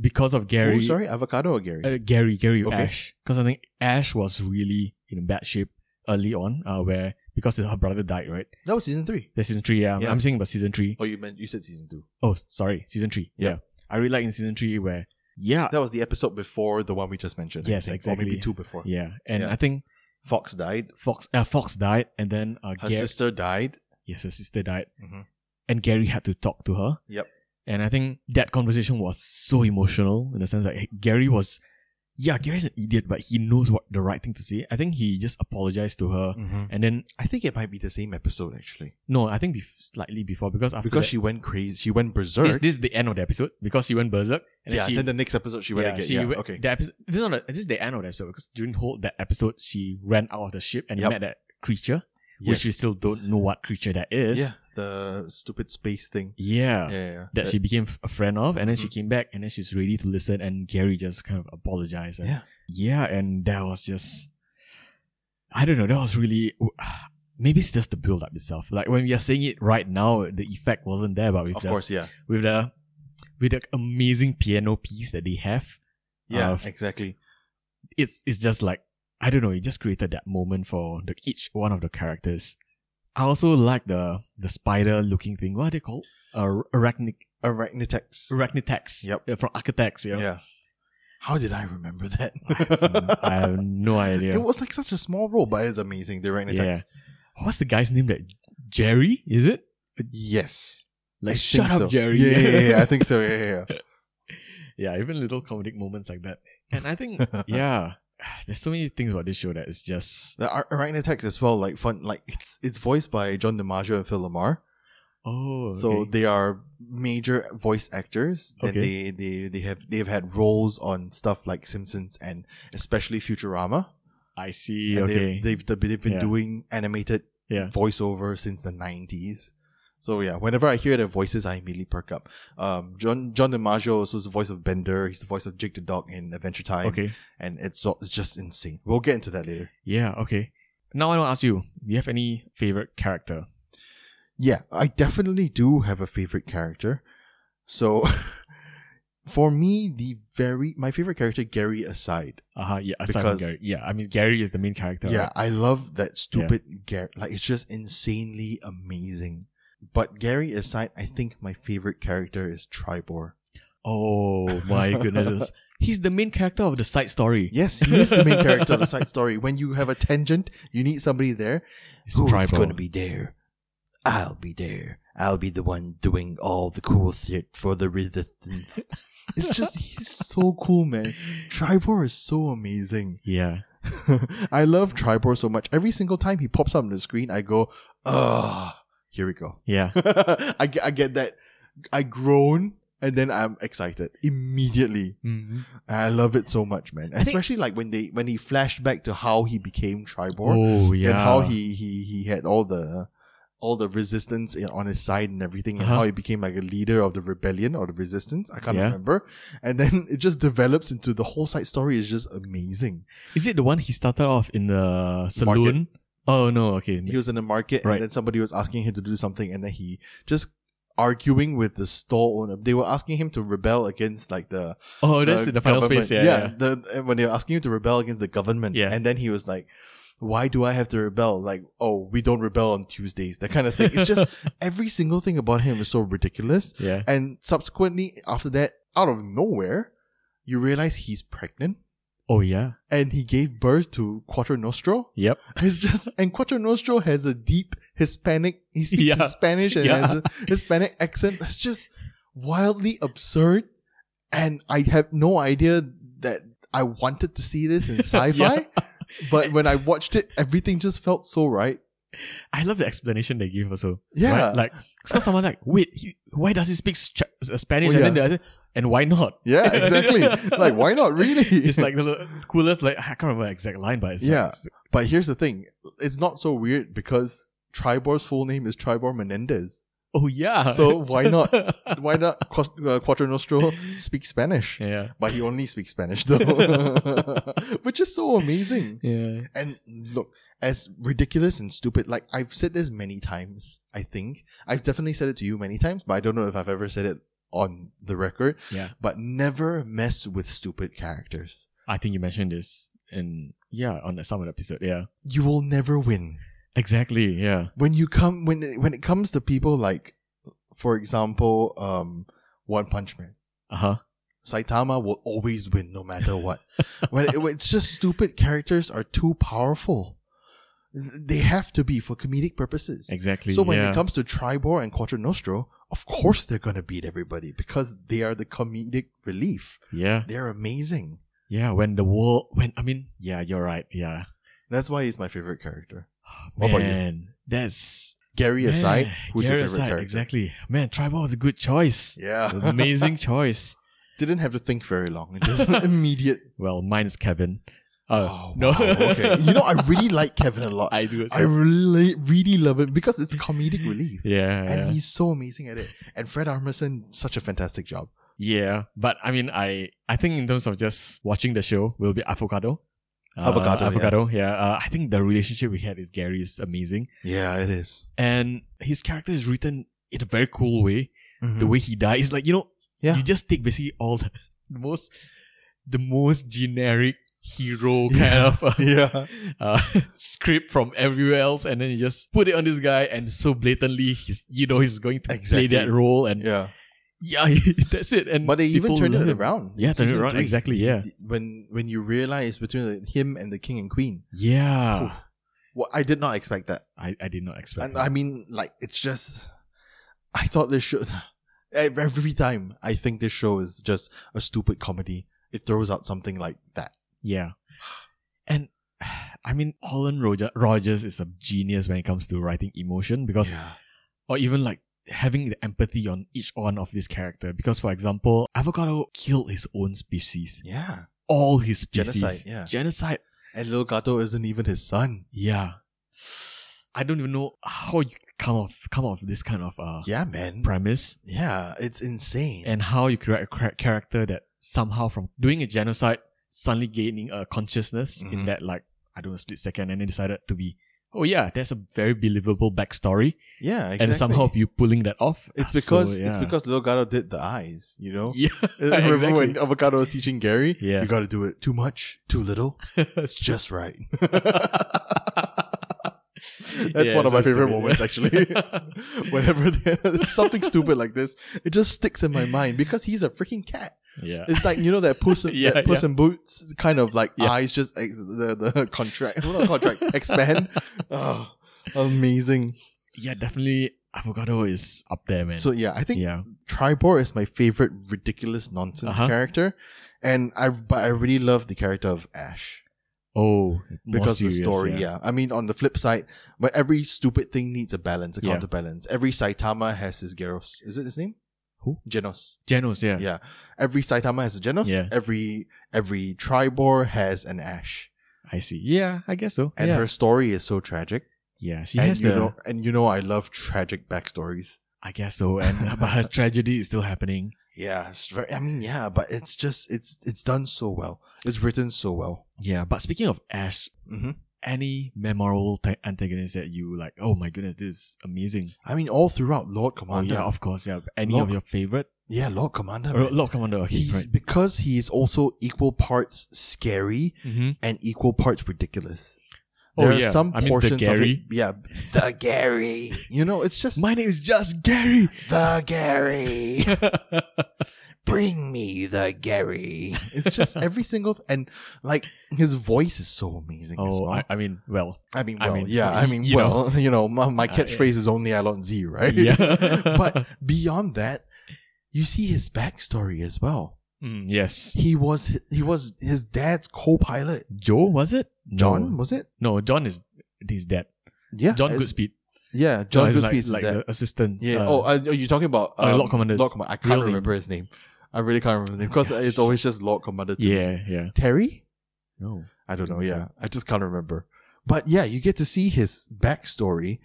[SPEAKER 1] because of Gary.
[SPEAKER 2] Oh, sorry, avocado or Gary?
[SPEAKER 1] Uh, Gary, Gary,
[SPEAKER 2] Okay.
[SPEAKER 1] Ash. Because I think Ash was really in bad shape early on, uh, where because her brother died, right?
[SPEAKER 2] that was season three.
[SPEAKER 1] That's season three. Yeah, I'm-
[SPEAKER 2] Yeah.
[SPEAKER 1] I'm saying about season three.
[SPEAKER 2] Oh, you meant you said season two.
[SPEAKER 1] Oh, sorry, season three.
[SPEAKER 2] Yeah.
[SPEAKER 1] Yeah, I really like in season three where yeah,
[SPEAKER 2] That was the episode before the one we just mentioned. I
[SPEAKER 1] Yes,
[SPEAKER 2] think, Or
[SPEAKER 1] exactly.
[SPEAKER 2] maybe two before.
[SPEAKER 1] yeah, and
[SPEAKER 2] Yeah.
[SPEAKER 1] I think
[SPEAKER 2] Fox died.
[SPEAKER 1] Fox, uh, Fox died, and then uh,
[SPEAKER 2] Her
[SPEAKER 1] Gary,
[SPEAKER 2] sister died.
[SPEAKER 1] yes, her sister died,
[SPEAKER 2] Mhm.
[SPEAKER 1] and Gary had to talk to her.
[SPEAKER 2] Yep.
[SPEAKER 1] And I think that conversation was so emotional in the sense that Gary was, yeah, Gary's an idiot, but he knows what the right thing to say. I think he just apologized to her,
[SPEAKER 2] Mm. Mm-hmm.
[SPEAKER 1] and then
[SPEAKER 2] I think it might be the same episode actually,
[SPEAKER 1] no, I think bef- slightly before because after
[SPEAKER 2] because
[SPEAKER 1] that,
[SPEAKER 2] she went crazy. She went berserk.
[SPEAKER 1] this, this is the end of the episode because she went berserk. And
[SPEAKER 2] yeah,
[SPEAKER 1] she,
[SPEAKER 2] then the next episode she went again.
[SPEAKER 1] she
[SPEAKER 2] yeah,
[SPEAKER 1] went-
[SPEAKER 2] okay.
[SPEAKER 1] The episode, this is not the- this is the end of the episode because during whole that episode she ran out of the ship and
[SPEAKER 2] Yep.
[SPEAKER 1] met that creature, which we
[SPEAKER 2] Yes.
[SPEAKER 1] still don't know what creature that is.
[SPEAKER 2] Yeah, the stupid space thing.
[SPEAKER 1] Yeah.
[SPEAKER 2] Yeah, yeah, Uh, yeah.
[SPEAKER 1] That she became f- a friend of, and then she
[SPEAKER 2] Mhm.
[SPEAKER 1] came back, and then she's ready to listen, and Gary just kind of apologized. and-
[SPEAKER 2] Yeah.
[SPEAKER 1] Yeah, and that was just. I don't know, that was really. Maybe it's just the build up itself. Like when we are saying it right now, the effect wasn't there, but with
[SPEAKER 2] Of
[SPEAKER 1] the,
[SPEAKER 2] course, yeah,
[SPEAKER 1] with the with the amazing piano piece that they have,
[SPEAKER 2] yeah,
[SPEAKER 1] Uh, f-
[SPEAKER 2] exactly.
[SPEAKER 1] it's it's just like I don't know. It just created that moment for the each one of the characters. I also like the the spider looking thing. What are they called? Uh, arachnic
[SPEAKER 2] Arachnitex.
[SPEAKER 1] arachnitex.
[SPEAKER 2] Yep.
[SPEAKER 1] Yeah, from architects. You know?
[SPEAKER 2] Yeah. How did I remember that?
[SPEAKER 1] Mm, I have no idea.
[SPEAKER 2] It was like such a small role, but it's amazing. The Arachnitex.
[SPEAKER 1] Yeah. What's the guy's name? That Jerry is it?
[SPEAKER 2] Yes.
[SPEAKER 1] Like
[SPEAKER 2] I think
[SPEAKER 1] shut up,
[SPEAKER 2] so.
[SPEAKER 1] Jerry.
[SPEAKER 2] Yeah, yeah, yeah, yeah, I think so. Yeah, yeah, yeah.
[SPEAKER 1] yeah, even little comedic moments like that. And I think yeah, there's so many things about this show that it's just
[SPEAKER 2] The Ar- Arachnitex as well, like fun, like it's it's voiced by John DiMaggio and Phil Lamar.
[SPEAKER 1] oh okay.
[SPEAKER 2] So they are major voice actors, and
[SPEAKER 1] Okay.
[SPEAKER 2] they, they they have they've had roles on stuff like Simpsons and especially Futurama.
[SPEAKER 1] I see.
[SPEAKER 2] And
[SPEAKER 1] okay.
[SPEAKER 2] they've, they've they've been
[SPEAKER 1] Yeah.
[SPEAKER 2] doing animated
[SPEAKER 1] Yeah.
[SPEAKER 2] voiceover since the nineties. So yeah, whenever I hear their voices, I immediately perk up. Um, John John DiMaggio is also the voice of Bender. He's the voice of Jake the Dog in Adventure Time.
[SPEAKER 1] okay.
[SPEAKER 2] and it's so- it's just insane. We'll get into that later.
[SPEAKER 1] Yeah. Okay. Now I want to ask you: Do you have any favorite character?
[SPEAKER 2] Yeah, I definitely do have a favorite character. So, for me, the very my favorite character, Gary aside.
[SPEAKER 1] Uh huh. Yeah. Aside from
[SPEAKER 2] Because-
[SPEAKER 1] Gary. Yeah. I mean, Gary is the main character.
[SPEAKER 2] Yeah,
[SPEAKER 1] right?
[SPEAKER 2] I love that stupid Gary. Like it's just insanely amazing. But Gary aside, I think my favorite character is Tribor.
[SPEAKER 1] Oh my goodness. He's the main character of the side story.
[SPEAKER 2] Yes, he is the main character of the side story. When you have a tangent, you need somebody there.
[SPEAKER 1] It's
[SPEAKER 2] Who's
[SPEAKER 1] tribal.
[SPEAKER 2] gonna be there? I'll be there. I'll be the one doing all the cool shit for the resistance. it's just he's so cool, man. Tribor is so amazing.
[SPEAKER 1] Yeah.
[SPEAKER 2] I love Tribor so much. Every single time he pops up on the screen, I go, ugh, here we go.
[SPEAKER 1] Yeah.
[SPEAKER 2] I, get, I get that. I groan and then I'm excited immediately.
[SPEAKER 1] Mhm.
[SPEAKER 2] I love it so much, man.
[SPEAKER 1] think-
[SPEAKER 2] Especially like when they when he flashed back to how he became Tribor
[SPEAKER 1] Oh yeah.
[SPEAKER 2] and how he he he had all the all the resistance in, on his side and everything, and
[SPEAKER 1] Uh-huh.
[SPEAKER 2] how he became like a leader of the rebellion or the resistance. I can't
[SPEAKER 1] Yeah.
[SPEAKER 2] remember. And then it just develops into the whole side story is just amazing.
[SPEAKER 1] is it the one he started off in the saloon? Oh no. Okay.
[SPEAKER 2] He was in the market,
[SPEAKER 1] Right.
[SPEAKER 2] and then somebody was asking him to do something, and then he just arguing with the store owner. They were asking him to rebel against like the
[SPEAKER 1] Oh, that's the, final
[SPEAKER 2] government.
[SPEAKER 1] space. Yeah. yeah.
[SPEAKER 2] The, and when they were asking him to rebel against the government,
[SPEAKER 1] Yeah.
[SPEAKER 2] and then he was like, "Why do I have to rebel? Like, oh, we don't rebel on Tuesdays, that kind of thing." It's just every single thing about him is so ridiculous.
[SPEAKER 1] Yeah.
[SPEAKER 2] And subsequently, after that, out of nowhere, you realize he's pregnant.
[SPEAKER 1] Oh yeah.
[SPEAKER 2] And he gave birth to Quattro Nostro.
[SPEAKER 1] Yep.
[SPEAKER 2] It's just and Quattro Nostro has a deep Hispanic. He speaks
[SPEAKER 1] Yeah.
[SPEAKER 2] in Spanish and
[SPEAKER 1] Yeah.
[SPEAKER 2] has a Hispanic accent. That's just wildly absurd, and I have no idea that I wanted to see this in sci-fi. But when I watched it, everything just felt so right.
[SPEAKER 1] I love the explanation they give also.
[SPEAKER 2] Yeah.
[SPEAKER 1] Right? Like, so someone like, wait, he, why does he speak Ch- uh, Spanish?
[SPEAKER 2] Oh,
[SPEAKER 1] And then they say, and why not?
[SPEAKER 2] Yeah, exactly. like, why not? Really,
[SPEAKER 1] It's like the lo- coolest, like, I can't remember the exact line, but it's like-
[SPEAKER 2] Yeah. But here's the thing: it's not so weird because Tribor's full name is Tribor Menendez.
[SPEAKER 1] oh yeah.
[SPEAKER 2] So why not? Why not? Quas- uh, Quattro Nostro speaks Spanish.
[SPEAKER 1] yeah.
[SPEAKER 2] but he only speaks Spanish though, which is so amazing.
[SPEAKER 1] Yeah.
[SPEAKER 2] And look, as ridiculous and stupid, like I've said this many times, I think I've definitely said it to you many times, but I don't know if I've ever said it on the record.
[SPEAKER 1] Yeah.
[SPEAKER 2] But never mess with stupid characters.
[SPEAKER 1] I think you mentioned this in, yeah, on the summer episode. Yeah.
[SPEAKER 2] You will never win
[SPEAKER 1] Exactly. Yeah.
[SPEAKER 2] when you come when it, when it comes to people like, for example, um, One Punch Man.
[SPEAKER 1] Uh huh.
[SPEAKER 2] Saitama will always win no matter what. when it, when it's just stupid characters are too powerful. They have to be for comedic purposes.
[SPEAKER 1] Exactly.
[SPEAKER 2] So when
[SPEAKER 1] yeah.
[SPEAKER 2] it comes to Tribor and Quattro Nostro, of course they're gonna beat everybody because they are the comedic relief.
[SPEAKER 1] yeah.
[SPEAKER 2] They're amazing.
[SPEAKER 1] Yeah. When the world, when, I mean, yeah, you're right. Yeah.
[SPEAKER 2] That's why he's my favorite character. What about you?
[SPEAKER 1] Man, That's.
[SPEAKER 2] Gary
[SPEAKER 1] Yeah,
[SPEAKER 2] aside, who's
[SPEAKER 1] Garrett
[SPEAKER 2] your favorite
[SPEAKER 1] aside,
[SPEAKER 2] character?
[SPEAKER 1] Exactly. Man, Tribal was a good choice.
[SPEAKER 2] Yeah.
[SPEAKER 1] Amazing choice.
[SPEAKER 2] Didn't have to think very long. Just immediate.
[SPEAKER 1] Well, mine is Kevin. Uh,
[SPEAKER 2] Oh,
[SPEAKER 1] no.
[SPEAKER 2] wow, okay. You know, I really like Kevin a lot. I,
[SPEAKER 1] I do. it.
[SPEAKER 2] really, really love it because it's comedic relief.
[SPEAKER 1] yeah.
[SPEAKER 2] And
[SPEAKER 1] yeah.
[SPEAKER 2] he's so amazing at it. And Fred Armisen, such a fantastic job.
[SPEAKER 1] Yeah, but I mean, I I think in terms of just watching the show, will be avocado. Uh,
[SPEAKER 2] Avocado, yeah.
[SPEAKER 1] avocado. Yeah, Uh, I think the relationship we had with Gary is amazing,
[SPEAKER 2] Yeah, it is.
[SPEAKER 1] and his character is written in a very cool way.
[SPEAKER 2] Mm-hmm.
[SPEAKER 1] The way he dies, like you know,
[SPEAKER 2] Hmm. Yeah.
[SPEAKER 1] you just take basically all the, the most, the most generic hero kind
[SPEAKER 2] Yeah.
[SPEAKER 1] of uh,
[SPEAKER 2] yeah.
[SPEAKER 1] uh, script from everywhere else, and then you just put it on this guy, and so blatantly, he's you know he's going to
[SPEAKER 2] Exactly.
[SPEAKER 1] play that role, and
[SPEAKER 2] Yeah.
[SPEAKER 1] yeah, that's it. And
[SPEAKER 2] But they even
[SPEAKER 1] people
[SPEAKER 2] turned
[SPEAKER 1] love
[SPEAKER 2] it
[SPEAKER 1] him.
[SPEAKER 2] around.
[SPEAKER 1] Yeah, turn it
[SPEAKER 2] Season
[SPEAKER 1] around.
[SPEAKER 2] three.
[SPEAKER 1] Exactly. Yeah.
[SPEAKER 2] When when you realize between the, him and the king and queen,
[SPEAKER 1] Yeah.
[SPEAKER 2] well, I did not expect that.
[SPEAKER 1] I, I did not expect
[SPEAKER 2] And
[SPEAKER 1] that.
[SPEAKER 2] I mean, like, it's just, I thought this show, ev- every time I think this show is just a stupid comedy, it throws out something like that.
[SPEAKER 1] yeah. And I mean, Holland Roger, Rogers is a genius when it comes to writing emotion because,
[SPEAKER 2] Yeah.
[SPEAKER 1] or even like having the empathy on each one of this character. Because, for example, Avocado killed his own species,
[SPEAKER 2] Yeah.
[SPEAKER 1] all his species.
[SPEAKER 2] Genocide, yeah.
[SPEAKER 1] Genocide.
[SPEAKER 2] And Lil Gato isn't even his son.
[SPEAKER 1] Yeah. I don't even know how you come off come off with this kind of uh
[SPEAKER 2] Yeah, man.
[SPEAKER 1] premise.
[SPEAKER 2] Yeah, it's insane.
[SPEAKER 1] and how you create a chara- character that somehow from doing a genocide suddenly gaining a consciousness in
[SPEAKER 2] Mhm.
[SPEAKER 1] that like I don't know split second and then decided to be oh yeah that's a very believable backstory
[SPEAKER 2] yeah, exactly.
[SPEAKER 1] and somehow you pulling that off
[SPEAKER 2] It's
[SPEAKER 1] So,
[SPEAKER 2] because it's
[SPEAKER 1] yeah.
[SPEAKER 2] because Lil Gato did the eyes, you know.
[SPEAKER 1] yeah
[SPEAKER 2] Remember when
[SPEAKER 1] exactly.
[SPEAKER 2] Avocado was teaching Gary?
[SPEAKER 1] Yeah.
[SPEAKER 2] You got to do it too much, too little. It's just right. That's
[SPEAKER 1] Yeah,
[SPEAKER 2] one of my
[SPEAKER 1] so
[SPEAKER 2] favorite
[SPEAKER 1] stupid.
[SPEAKER 2] moments, actually. Whenever there's something stupid like this, it just sticks in my mind because he's a freaking cat.
[SPEAKER 1] yeah
[SPEAKER 2] It's like you know that puss, in,
[SPEAKER 1] Yeah,
[SPEAKER 2] that puss in boots kind of like
[SPEAKER 1] Yeah.
[SPEAKER 2] eyes just ex- the the contract, well, not contract expand. Oh, amazing.
[SPEAKER 1] yeah definitely avocado is up there man
[SPEAKER 2] So yeah, I think
[SPEAKER 1] yeah
[SPEAKER 2] Tribor is my favorite ridiculous nonsense
[SPEAKER 1] Uh-huh.
[SPEAKER 2] character, and I but I really love the character of Ash
[SPEAKER 1] oh more
[SPEAKER 2] because
[SPEAKER 1] serious,
[SPEAKER 2] the story. Yeah.
[SPEAKER 1] yeah
[SPEAKER 2] I mean on the flip side, but every stupid thing needs a balance, a
[SPEAKER 1] Yeah.
[SPEAKER 2] counterbalance. Every Saitama has his Geros. Is it his name?
[SPEAKER 1] Who?
[SPEAKER 2] Genos.
[SPEAKER 1] Genos yeah
[SPEAKER 2] Yeah. Every Saitama has a Genos.
[SPEAKER 1] Yeah.
[SPEAKER 2] Every every Tribor has an Ash,
[SPEAKER 1] I see yeah I guess so
[SPEAKER 2] and
[SPEAKER 1] yeah
[SPEAKER 2] her story is so tragic.
[SPEAKER 1] yeah she
[SPEAKER 2] and
[SPEAKER 1] has
[SPEAKER 2] you
[SPEAKER 1] the
[SPEAKER 2] know, and you know, I love tragic backstories.
[SPEAKER 1] I guess so and but her tragedy is still happening
[SPEAKER 2] Yeah, it's very, I mean, yeah, but it's just it's it's done so well. It's written so well.
[SPEAKER 1] yeah but speaking of Ash
[SPEAKER 2] Mm-hmm.
[SPEAKER 1] any memorable ta- antagonist that you like? Oh my goodness, this is amazing.
[SPEAKER 2] I mean, all throughout Lord
[SPEAKER 1] Oh
[SPEAKER 2] Commander.
[SPEAKER 1] yeah, of course, yeah. Any
[SPEAKER 2] Lord-
[SPEAKER 1] of your favorite?
[SPEAKER 2] yeah, Lord Commander.
[SPEAKER 1] Or
[SPEAKER 2] man.
[SPEAKER 1] Lord Commander, okay,
[SPEAKER 2] He's
[SPEAKER 1] right.
[SPEAKER 2] because he is also equal parts scary
[SPEAKER 1] Mm-hmm.
[SPEAKER 2] and equal parts ridiculous.
[SPEAKER 1] Oh,
[SPEAKER 2] There
[SPEAKER 1] yeah.
[SPEAKER 2] are some
[SPEAKER 1] I mean, the
[SPEAKER 2] portions
[SPEAKER 1] Gary.
[SPEAKER 2] of it. Yeah, the Gary. You know, it's just
[SPEAKER 1] My name is just Gary.
[SPEAKER 2] the Gary. Bring me the Gary. It's just every single and like his voice is so amazing as
[SPEAKER 1] oh,
[SPEAKER 2] well.
[SPEAKER 1] I, I mean, well,
[SPEAKER 2] I mean,
[SPEAKER 1] I
[SPEAKER 2] well,
[SPEAKER 1] mean,
[SPEAKER 2] yeah, I mean,
[SPEAKER 1] you
[SPEAKER 2] well, you know, my, my
[SPEAKER 1] Uh, yeah.
[SPEAKER 2] catchphrase is only I on Z, right?
[SPEAKER 1] yeah,
[SPEAKER 2] but beyond that, you see his backstory as well.
[SPEAKER 1] Mm, yes,
[SPEAKER 2] He was he was his dad's co-pilot.
[SPEAKER 1] Joe was it? No.
[SPEAKER 2] John was it?
[SPEAKER 1] No, John is he's dead.
[SPEAKER 2] Yeah,
[SPEAKER 1] John
[SPEAKER 2] it's-
[SPEAKER 1] Goodspeed.
[SPEAKER 2] Yeah, John
[SPEAKER 1] no,
[SPEAKER 2] Goodspeed
[SPEAKER 1] like,
[SPEAKER 2] is
[SPEAKER 1] like
[SPEAKER 2] his dad.
[SPEAKER 1] the assistant.
[SPEAKER 2] yeah.
[SPEAKER 1] uh,
[SPEAKER 2] oh, uh, are you talking about
[SPEAKER 1] uh, Lord Commander's
[SPEAKER 2] Lord Commander. I can't
[SPEAKER 1] real name.
[SPEAKER 2] remember his name. I really can't remember his name because
[SPEAKER 1] Gosh.
[SPEAKER 2] it's always just Lord Commander. to me.
[SPEAKER 1] yeah, yeah.
[SPEAKER 2] Terry.
[SPEAKER 1] No.
[SPEAKER 2] I don't know.
[SPEAKER 1] Think so.
[SPEAKER 2] Yeah, I just can't remember. But yeah, you get to see his backstory,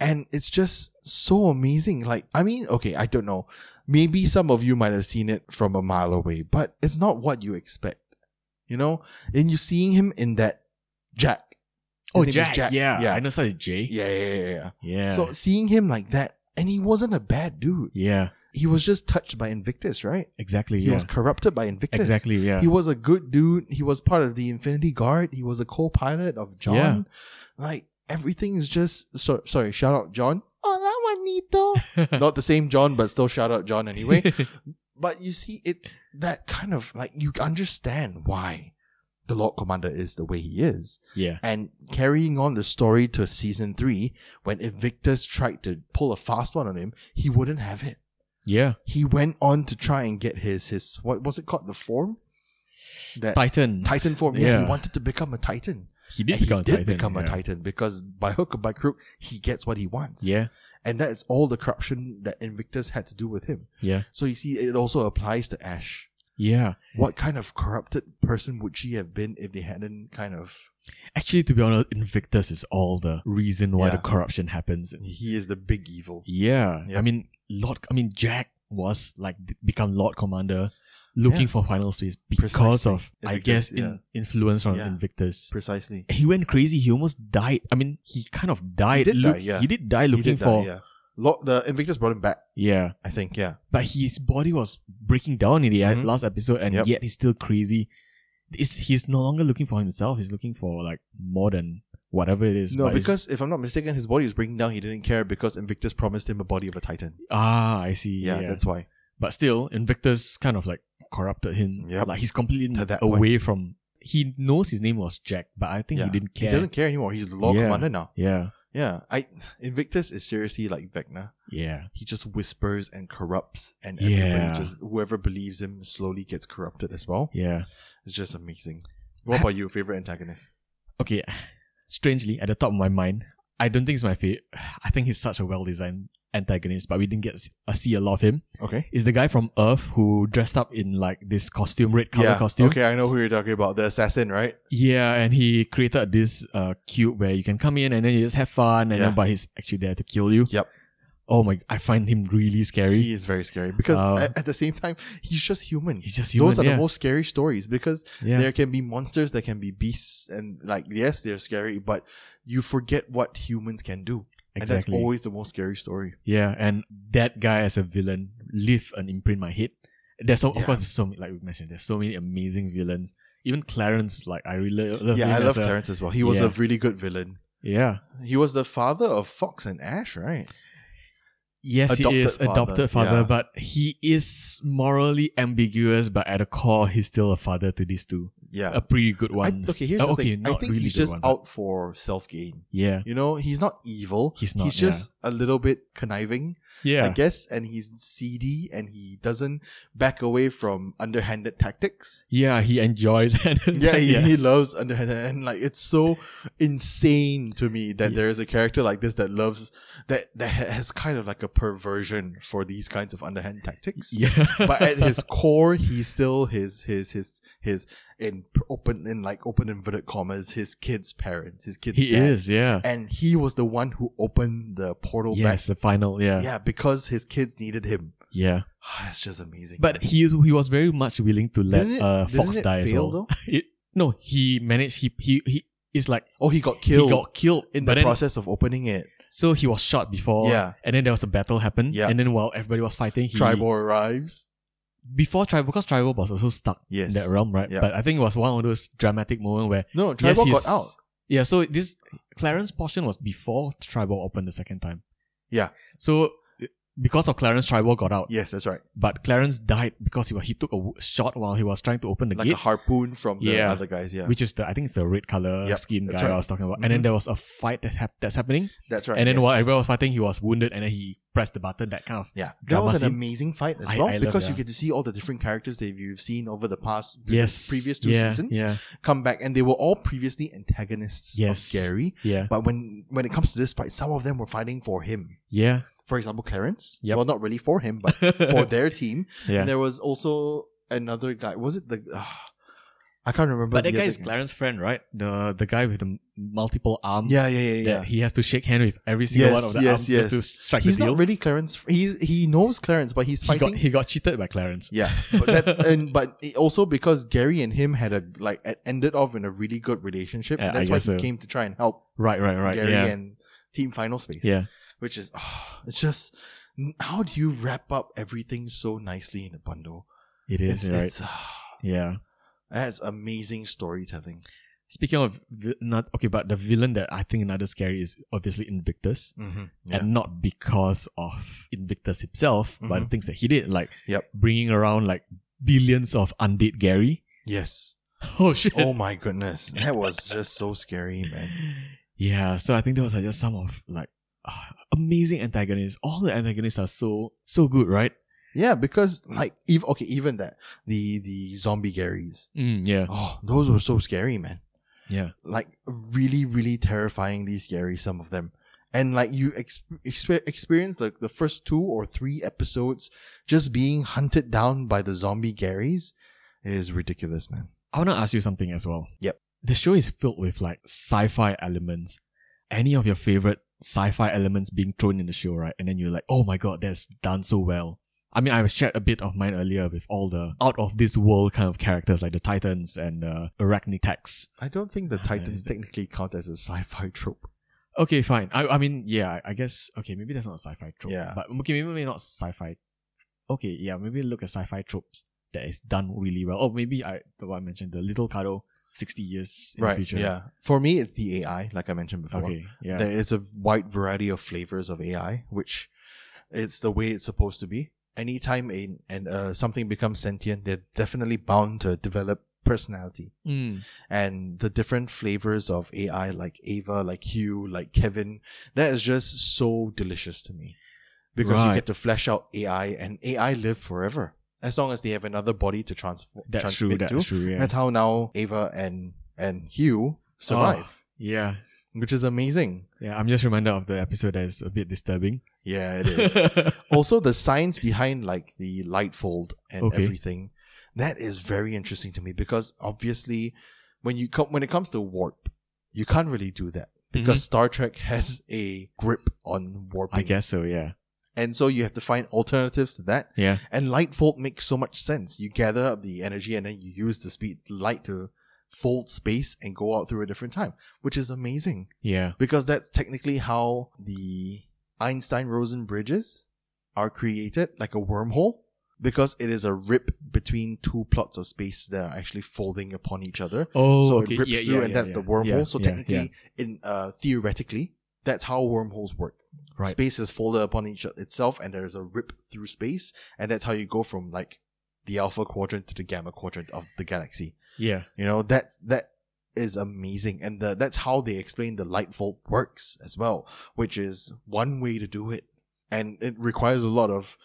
[SPEAKER 2] and it's just so amazing. Like, I mean, okay, I don't know. Maybe some of you might have seen it from a mile away, but it's not what you expect. You know, and you seeing him in that Jack. His
[SPEAKER 1] Oh,
[SPEAKER 2] name is
[SPEAKER 1] Jack, Yeah,
[SPEAKER 2] yeah,
[SPEAKER 1] I know. Started J.
[SPEAKER 2] yeah, yeah, yeah, yeah.
[SPEAKER 1] yeah.
[SPEAKER 2] So seeing him like that, and he wasn't a bad dude.
[SPEAKER 1] yeah,
[SPEAKER 2] He was just touched by Invictus, right?
[SPEAKER 1] exactly.
[SPEAKER 2] He
[SPEAKER 1] yeah,
[SPEAKER 2] was corrupted by Invictus.
[SPEAKER 1] exactly. Yeah,
[SPEAKER 2] He was a good dude. He was part of the Infinity Guard. He was a co-pilot of John.
[SPEAKER 1] Yeah.
[SPEAKER 2] Like everything is just so, sorry. Shout out John. Hola, Juanito. Not the same John, but still shout out John anyway. but you see, it's that kind of like you understand why the Lord Commander is the way he is,
[SPEAKER 1] yeah,
[SPEAKER 2] and carrying on the story to season three when Invictus tried to pull a fast one on him, he wouldn't have it.
[SPEAKER 1] yeah.
[SPEAKER 2] He went on to try and get his his what was it called the form. That
[SPEAKER 1] Titan.
[SPEAKER 2] Titan form. Yeah,
[SPEAKER 1] Yeah.
[SPEAKER 2] he wanted to become a Titan.
[SPEAKER 1] He did
[SPEAKER 2] and
[SPEAKER 1] become
[SPEAKER 2] he
[SPEAKER 1] a
[SPEAKER 2] did
[SPEAKER 1] Titan.
[SPEAKER 2] become
[SPEAKER 1] yeah.
[SPEAKER 2] a Titan because by hook or by crook, he gets what he wants.
[SPEAKER 1] Yeah,
[SPEAKER 2] And that is all the corruption that Invictus had to do with him.
[SPEAKER 1] yeah,
[SPEAKER 2] So you see, it also applies to Ash.
[SPEAKER 1] Yeah.
[SPEAKER 2] What kind of corrupted person would she have been if they hadn't kind of?
[SPEAKER 1] Actually, to be honest, Invictus is all the reason why the
[SPEAKER 2] Yeah.
[SPEAKER 1] corruption happens.
[SPEAKER 2] He is the big evil.
[SPEAKER 1] Yeah. I
[SPEAKER 2] Yep.
[SPEAKER 1] mean, Lord, I mean, Jack was like d- become Lord Commander looking
[SPEAKER 2] Yeah.
[SPEAKER 1] for final space because
[SPEAKER 2] Precisely.
[SPEAKER 1] of, I
[SPEAKER 2] Invictus,
[SPEAKER 1] guess, in,
[SPEAKER 2] yeah.
[SPEAKER 1] influence from
[SPEAKER 2] Yeah.
[SPEAKER 1] Invictus.
[SPEAKER 2] Precisely.
[SPEAKER 1] He went crazy. He almost died. I mean, he kind of died.
[SPEAKER 2] did
[SPEAKER 1] look-
[SPEAKER 2] die, yeah.
[SPEAKER 1] He did die
[SPEAKER 2] He
[SPEAKER 1] looking
[SPEAKER 2] did that,
[SPEAKER 1] for.
[SPEAKER 2] yeah. Lo- the Invictus brought him back.
[SPEAKER 1] yeah.
[SPEAKER 2] I think. Yeah.
[SPEAKER 1] but his body was breaking down in the e,
[SPEAKER 2] Mhm.
[SPEAKER 1] last episode, and
[SPEAKER 2] Yep.
[SPEAKER 1] yet he's still crazy. It's, he's no longer looking for himself. He's looking for like more than whatever it is.
[SPEAKER 2] No,
[SPEAKER 1] but it's-
[SPEAKER 2] because if I'm not mistaken, his body was breaking down. He didn't care because Invictus promised him a body of a titan.
[SPEAKER 1] ah, I see.
[SPEAKER 2] Yeah,
[SPEAKER 1] Yeah,
[SPEAKER 2] that's why.
[SPEAKER 1] but still, Invictus kind of like corrupted him.
[SPEAKER 2] Yep.
[SPEAKER 1] like he's completely
[SPEAKER 2] To that point.
[SPEAKER 1] away from. He knows his name was Jack, but I think
[SPEAKER 2] yeah.
[SPEAKER 1] he didn't care.
[SPEAKER 2] He doesn't care anymore. He's the Lord
[SPEAKER 1] Yeah.
[SPEAKER 2] Commander now.
[SPEAKER 1] Yeah,
[SPEAKER 2] Yeah. I Invictus is seriously like Vecna.
[SPEAKER 1] yeah,
[SPEAKER 2] He just whispers and corrupts, and
[SPEAKER 1] Yeah.
[SPEAKER 2] everybody just whoever believes him slowly gets corrupted as well.
[SPEAKER 1] yeah.
[SPEAKER 2] It's just amazing. What about you? Favorite antagonist?
[SPEAKER 1] Okay, strangely, at the top of my mind, I don't think it's my favorite. I think he's such a well-designed antagonist, but we didn't get to see a lot of him.
[SPEAKER 2] Okay.
[SPEAKER 1] is the guy from Earth who dressed up in like this costume, red color
[SPEAKER 2] yeah.
[SPEAKER 1] costume.
[SPEAKER 2] Okay, I know who you're talking about. The assassin, right?
[SPEAKER 1] Yeah, and he created this uh cube where you can come in and then you just have fun, and then
[SPEAKER 2] Yeah.
[SPEAKER 1] but he's actually there to kill you.
[SPEAKER 2] Yep.
[SPEAKER 1] Oh my, I find him really scary.
[SPEAKER 2] He is very scary because
[SPEAKER 1] Uh,
[SPEAKER 2] at, at the same time, he's just human.
[SPEAKER 1] he's just human.
[SPEAKER 2] Those are
[SPEAKER 1] yeah.
[SPEAKER 2] the most scary stories because
[SPEAKER 1] yeah.
[SPEAKER 2] there can be monsters, there can be beasts, and like yes, they're scary, but you forget what humans can do, and that's
[SPEAKER 1] exactly.
[SPEAKER 2] always the most scary story.
[SPEAKER 1] yeah, and that guy as a villain leave an imprint in my head. There's so, of
[SPEAKER 2] Yeah.
[SPEAKER 1] course there's so many, like we mentioned, there's so many amazing villains. Even Clarence, like I really love him
[SPEAKER 2] yeah, I
[SPEAKER 1] as
[SPEAKER 2] love
[SPEAKER 1] a-
[SPEAKER 2] Clarence as well. He was
[SPEAKER 1] uh, Yeah.
[SPEAKER 2] a really good villain.
[SPEAKER 1] Yeah.
[SPEAKER 2] He was the father of Fox and Ash, right?
[SPEAKER 1] Yes, he
[SPEAKER 2] Adopted
[SPEAKER 1] is
[SPEAKER 2] father,
[SPEAKER 1] adopted father,
[SPEAKER 2] yeah.
[SPEAKER 1] but he is morally ambiguous. But at the core, he's still a father to these two.
[SPEAKER 2] Yeah.
[SPEAKER 1] A pretty good
[SPEAKER 2] I-
[SPEAKER 1] one.
[SPEAKER 2] okay, here's
[SPEAKER 1] Oh,
[SPEAKER 2] the
[SPEAKER 1] okay,
[SPEAKER 2] thing.
[SPEAKER 1] Not
[SPEAKER 2] I think
[SPEAKER 1] really
[SPEAKER 2] he's
[SPEAKER 1] good
[SPEAKER 2] just
[SPEAKER 1] one, but-
[SPEAKER 2] out for self gain.
[SPEAKER 1] Yeah,
[SPEAKER 2] You know, he's not evil.
[SPEAKER 1] He's not,
[SPEAKER 2] He's
[SPEAKER 1] yeah.
[SPEAKER 2] just a little bit conniving, I
[SPEAKER 1] yeah,
[SPEAKER 2] guess, and he's seedy and he doesn't back away from underhanded tactics.
[SPEAKER 1] yeah. He enjoys. And
[SPEAKER 2] yeah, he,
[SPEAKER 1] yeah,
[SPEAKER 2] he loves Underhanded, and like it's so insane to me that
[SPEAKER 1] Yeah.
[SPEAKER 2] there is a character like this that loves that that ha- has kind of like a perversion for these kinds of underhand tactics.
[SPEAKER 1] yeah.
[SPEAKER 2] but at his core, he's still his his his his in p- open in like open inverted commas his kid's parent, his kid's
[SPEAKER 1] he
[SPEAKER 2] dad.
[SPEAKER 1] is. Yeah.
[SPEAKER 2] and he was the one who opened the portal
[SPEAKER 1] Yes, the final. Yeah,
[SPEAKER 2] back.
[SPEAKER 1] yeah,
[SPEAKER 2] Yeah, because his kids needed him. That's just amazing.
[SPEAKER 1] But
[SPEAKER 2] man.
[SPEAKER 1] he is, he was very much willing to let
[SPEAKER 2] Didn't it-
[SPEAKER 1] uh
[SPEAKER 2] didn't
[SPEAKER 1] Fox
[SPEAKER 2] it
[SPEAKER 1] die as
[SPEAKER 2] fail,
[SPEAKER 1] well.
[SPEAKER 2] though?
[SPEAKER 1] It, no, he managed. He he he is like
[SPEAKER 2] oh, he got killed
[SPEAKER 1] he got killed
[SPEAKER 2] in
[SPEAKER 1] but
[SPEAKER 2] the
[SPEAKER 1] then-
[SPEAKER 2] process of opening it.
[SPEAKER 1] So he was shot before.
[SPEAKER 2] Yeah.
[SPEAKER 1] and then there was a battle happened.
[SPEAKER 2] Yeah.
[SPEAKER 1] and then while everybody was fighting, he
[SPEAKER 2] Tribal arrives.
[SPEAKER 1] before Tribal, because Tribal was also stuck
[SPEAKER 2] Yes.
[SPEAKER 1] in that realm, right?
[SPEAKER 2] Yeah.
[SPEAKER 1] But I think it was one of those dramatic moments where
[SPEAKER 2] No,
[SPEAKER 1] yes,
[SPEAKER 2] Tribal
[SPEAKER 1] he's-
[SPEAKER 2] got out.
[SPEAKER 1] Yeah, so this Clarence portion was before Tribal opened the second time.
[SPEAKER 2] Yeah.
[SPEAKER 1] So because of Clarence, Tribal got out,
[SPEAKER 2] Yes, that's right.
[SPEAKER 1] but Clarence died because he was, he took a w- shot while he was trying to open the
[SPEAKER 2] Like
[SPEAKER 1] gate,
[SPEAKER 2] a harpoon from the
[SPEAKER 1] Yeah.
[SPEAKER 2] other guys. Yeah,
[SPEAKER 1] which is the I think it's the red color
[SPEAKER 2] Yep,
[SPEAKER 1] skin guy
[SPEAKER 2] that's right.
[SPEAKER 1] I was talking about. And then
[SPEAKER 2] Mhm.
[SPEAKER 1] there was a fight that's hap- that's happening,
[SPEAKER 2] that's right.
[SPEAKER 1] and then
[SPEAKER 2] yes.
[SPEAKER 1] while everyone was fighting, he was wounded, and then he pressed the button. That kind of
[SPEAKER 2] yeah, that
[SPEAKER 1] drama
[SPEAKER 2] was an
[SPEAKER 1] scene-
[SPEAKER 2] amazing fight as
[SPEAKER 1] I-
[SPEAKER 2] well
[SPEAKER 1] I love
[SPEAKER 2] because you
[SPEAKER 1] that.
[SPEAKER 2] get to see all the different characters that you've seen over the past
[SPEAKER 1] yes,
[SPEAKER 2] previous two
[SPEAKER 1] yeah,
[SPEAKER 2] seasons
[SPEAKER 1] Yeah,
[SPEAKER 2] come back, and they were all previously antagonists
[SPEAKER 1] Yes.
[SPEAKER 2] of Gary.
[SPEAKER 1] yeah,
[SPEAKER 2] But when when it comes to this fight, some of them were fighting for him.
[SPEAKER 1] yeah,
[SPEAKER 2] For example, Clarence.
[SPEAKER 1] Yep.
[SPEAKER 2] Well, not really for him, but for their team.
[SPEAKER 1] yeah.
[SPEAKER 2] And there was also another guy. Was it the? ah, I can't remember.
[SPEAKER 1] But that
[SPEAKER 2] the
[SPEAKER 1] guy
[SPEAKER 2] other
[SPEAKER 1] is Clarence's friend, right? The the guy with the m- multiple arms.
[SPEAKER 2] Yeah, yeah, yeah, yeah.
[SPEAKER 1] That he has to shake hand with every single
[SPEAKER 2] Yes,
[SPEAKER 1] one of the
[SPEAKER 2] yes,
[SPEAKER 1] arms just to
[SPEAKER 2] yes.
[SPEAKER 1] strike
[SPEAKER 2] he's
[SPEAKER 1] the deal.
[SPEAKER 2] not really Clarence. He's he knows Clarence, but he's
[SPEAKER 1] he
[SPEAKER 2] fighting.
[SPEAKER 1] got he got cheated by Clarence.
[SPEAKER 2] yeah, but that, and but it also because Gary and him had a like it ended off in a really good relationship.
[SPEAKER 1] Yeah, I
[SPEAKER 2] that's why he
[SPEAKER 1] guess so.
[SPEAKER 2] came to try and help
[SPEAKER 1] Right, right, right.
[SPEAKER 2] Gary
[SPEAKER 1] yeah.
[SPEAKER 2] and Team Final Space.
[SPEAKER 1] Yeah.
[SPEAKER 2] which is oh, it's just how do you wrap up everything so nicely in a bundle?
[SPEAKER 1] it is
[SPEAKER 2] it's
[SPEAKER 1] right.
[SPEAKER 2] it's ah,
[SPEAKER 1] yeah.
[SPEAKER 2] that's amazing storytelling.
[SPEAKER 1] Speaking of vi- not okay, but the villain that I think another scary is obviously Invictus,
[SPEAKER 2] Mm-hmm.
[SPEAKER 1] and not because of Invictus himself, but the
[SPEAKER 2] Mhm.
[SPEAKER 1] things that he did, like
[SPEAKER 2] Yep.
[SPEAKER 1] bringing around like billions of undead Gary.
[SPEAKER 2] yes.
[SPEAKER 1] Oh shit!
[SPEAKER 2] Oh my goodness, that was just so scary, man.
[SPEAKER 1] Yeah, so I think those are just some of like ah, amazing antagonists. All the antagonists are so so good, right?
[SPEAKER 2] Yeah, because like even okay, even that the the zombie Garys.
[SPEAKER 1] Mm, yeah,
[SPEAKER 2] Oh, those were so scary, man.
[SPEAKER 1] yeah,
[SPEAKER 2] Like really, really terrifyingly scary. Some of them, and like you ex- exper- experience like the first two or three episodes just being hunted down by the zombie Garys is ridiculous, man.
[SPEAKER 1] I want to ask you something as well.
[SPEAKER 2] Yep.
[SPEAKER 1] The show is filled with like sci-fi elements. Any of your favorite sci-fi elements being thrown in the show, right? And then you're like, oh my god, that's done so well. I mean, I shared a bit of mine earlier with all the out of this world kind of characters like the Titans and uh, Arachnitex.
[SPEAKER 2] I don't think the
[SPEAKER 1] Ah,
[SPEAKER 2] Titans
[SPEAKER 1] is it-
[SPEAKER 2] technically count as a sci-fi trope.
[SPEAKER 1] Okay, fine. I, I mean, yeah, I guess, okay, maybe that's not a sci fi trope.
[SPEAKER 2] Yeah.
[SPEAKER 1] But okay, maybe, maybe not sci fi. Okay, yeah, maybe look at sci fi tropes that is done really well. Oh, maybe I, the one I mentioned, the Little Kado 60 years in the future.
[SPEAKER 2] Yeah. For me, it's the AI, like I mentioned before.
[SPEAKER 1] Okay, yeah.
[SPEAKER 2] There is a wide variety of flavors of AI, which it's the way it's supposed to be. Anytime a, and uh, something becomes sentient, they're definitely bound to develop personality.
[SPEAKER 1] Mm.
[SPEAKER 2] And the different flavors of AI, like Ava, like Hugh, like Kevin, that is just so delicious to me. Because you
[SPEAKER 1] Right.
[SPEAKER 2] get to flesh out AI, and AI live forever as long as they have another body to trans-
[SPEAKER 1] That's true,
[SPEAKER 2] transmit
[SPEAKER 1] that's
[SPEAKER 2] to.
[SPEAKER 1] true, yeah.
[SPEAKER 2] That's how now Ava and and Hugh survive,
[SPEAKER 1] Ah. yeah.
[SPEAKER 2] which is amazing.
[SPEAKER 1] Yeah, I'm just reminded of the episode that is a bit disturbing.
[SPEAKER 2] Yeah, it is.
[SPEAKER 1] Mm-hmm.
[SPEAKER 2] also, the science behind like the light fold and
[SPEAKER 1] Okay.
[SPEAKER 2] everything that is very interesting to me because obviously, when you come when it comes to warp, you can't really do that
[SPEAKER 1] Mm-hmm.
[SPEAKER 2] because Star Trek has a grip on warping.
[SPEAKER 1] I guess so, yeah.
[SPEAKER 2] and so you have to find alternatives to that.
[SPEAKER 1] Yeah.
[SPEAKER 2] And light fold makes so much sense. You gather up the energy and then you use the speed light to fold space and go out through a different time, which is amazing
[SPEAKER 1] Yeah.
[SPEAKER 2] because that's technically how the Einstein-Rosen bridges are created, like a wormhole, because it is a rip between two plots of space that are actually folding upon each other.
[SPEAKER 1] Oh,
[SPEAKER 2] so
[SPEAKER 1] okay.
[SPEAKER 2] it rips
[SPEAKER 1] yeah,
[SPEAKER 2] through,
[SPEAKER 1] yeah,
[SPEAKER 2] and
[SPEAKER 1] yeah,
[SPEAKER 2] that's
[SPEAKER 1] yeah.
[SPEAKER 2] the wormhole.
[SPEAKER 1] Yeah,
[SPEAKER 2] so
[SPEAKER 1] yeah,
[SPEAKER 2] technically,
[SPEAKER 1] yeah.
[SPEAKER 2] in uh, theoretically, that's how wormholes work.
[SPEAKER 1] Right.
[SPEAKER 2] Space is folded upon each itself, and there is a rip through space, and that's how you go from like the alpha quadrant to the gamma quadrant of the galaxy.
[SPEAKER 1] yeah.
[SPEAKER 2] You know that that is amazing, and the, that's how they explain the light bulb works as well, which is one way to do it, and it requires a lot of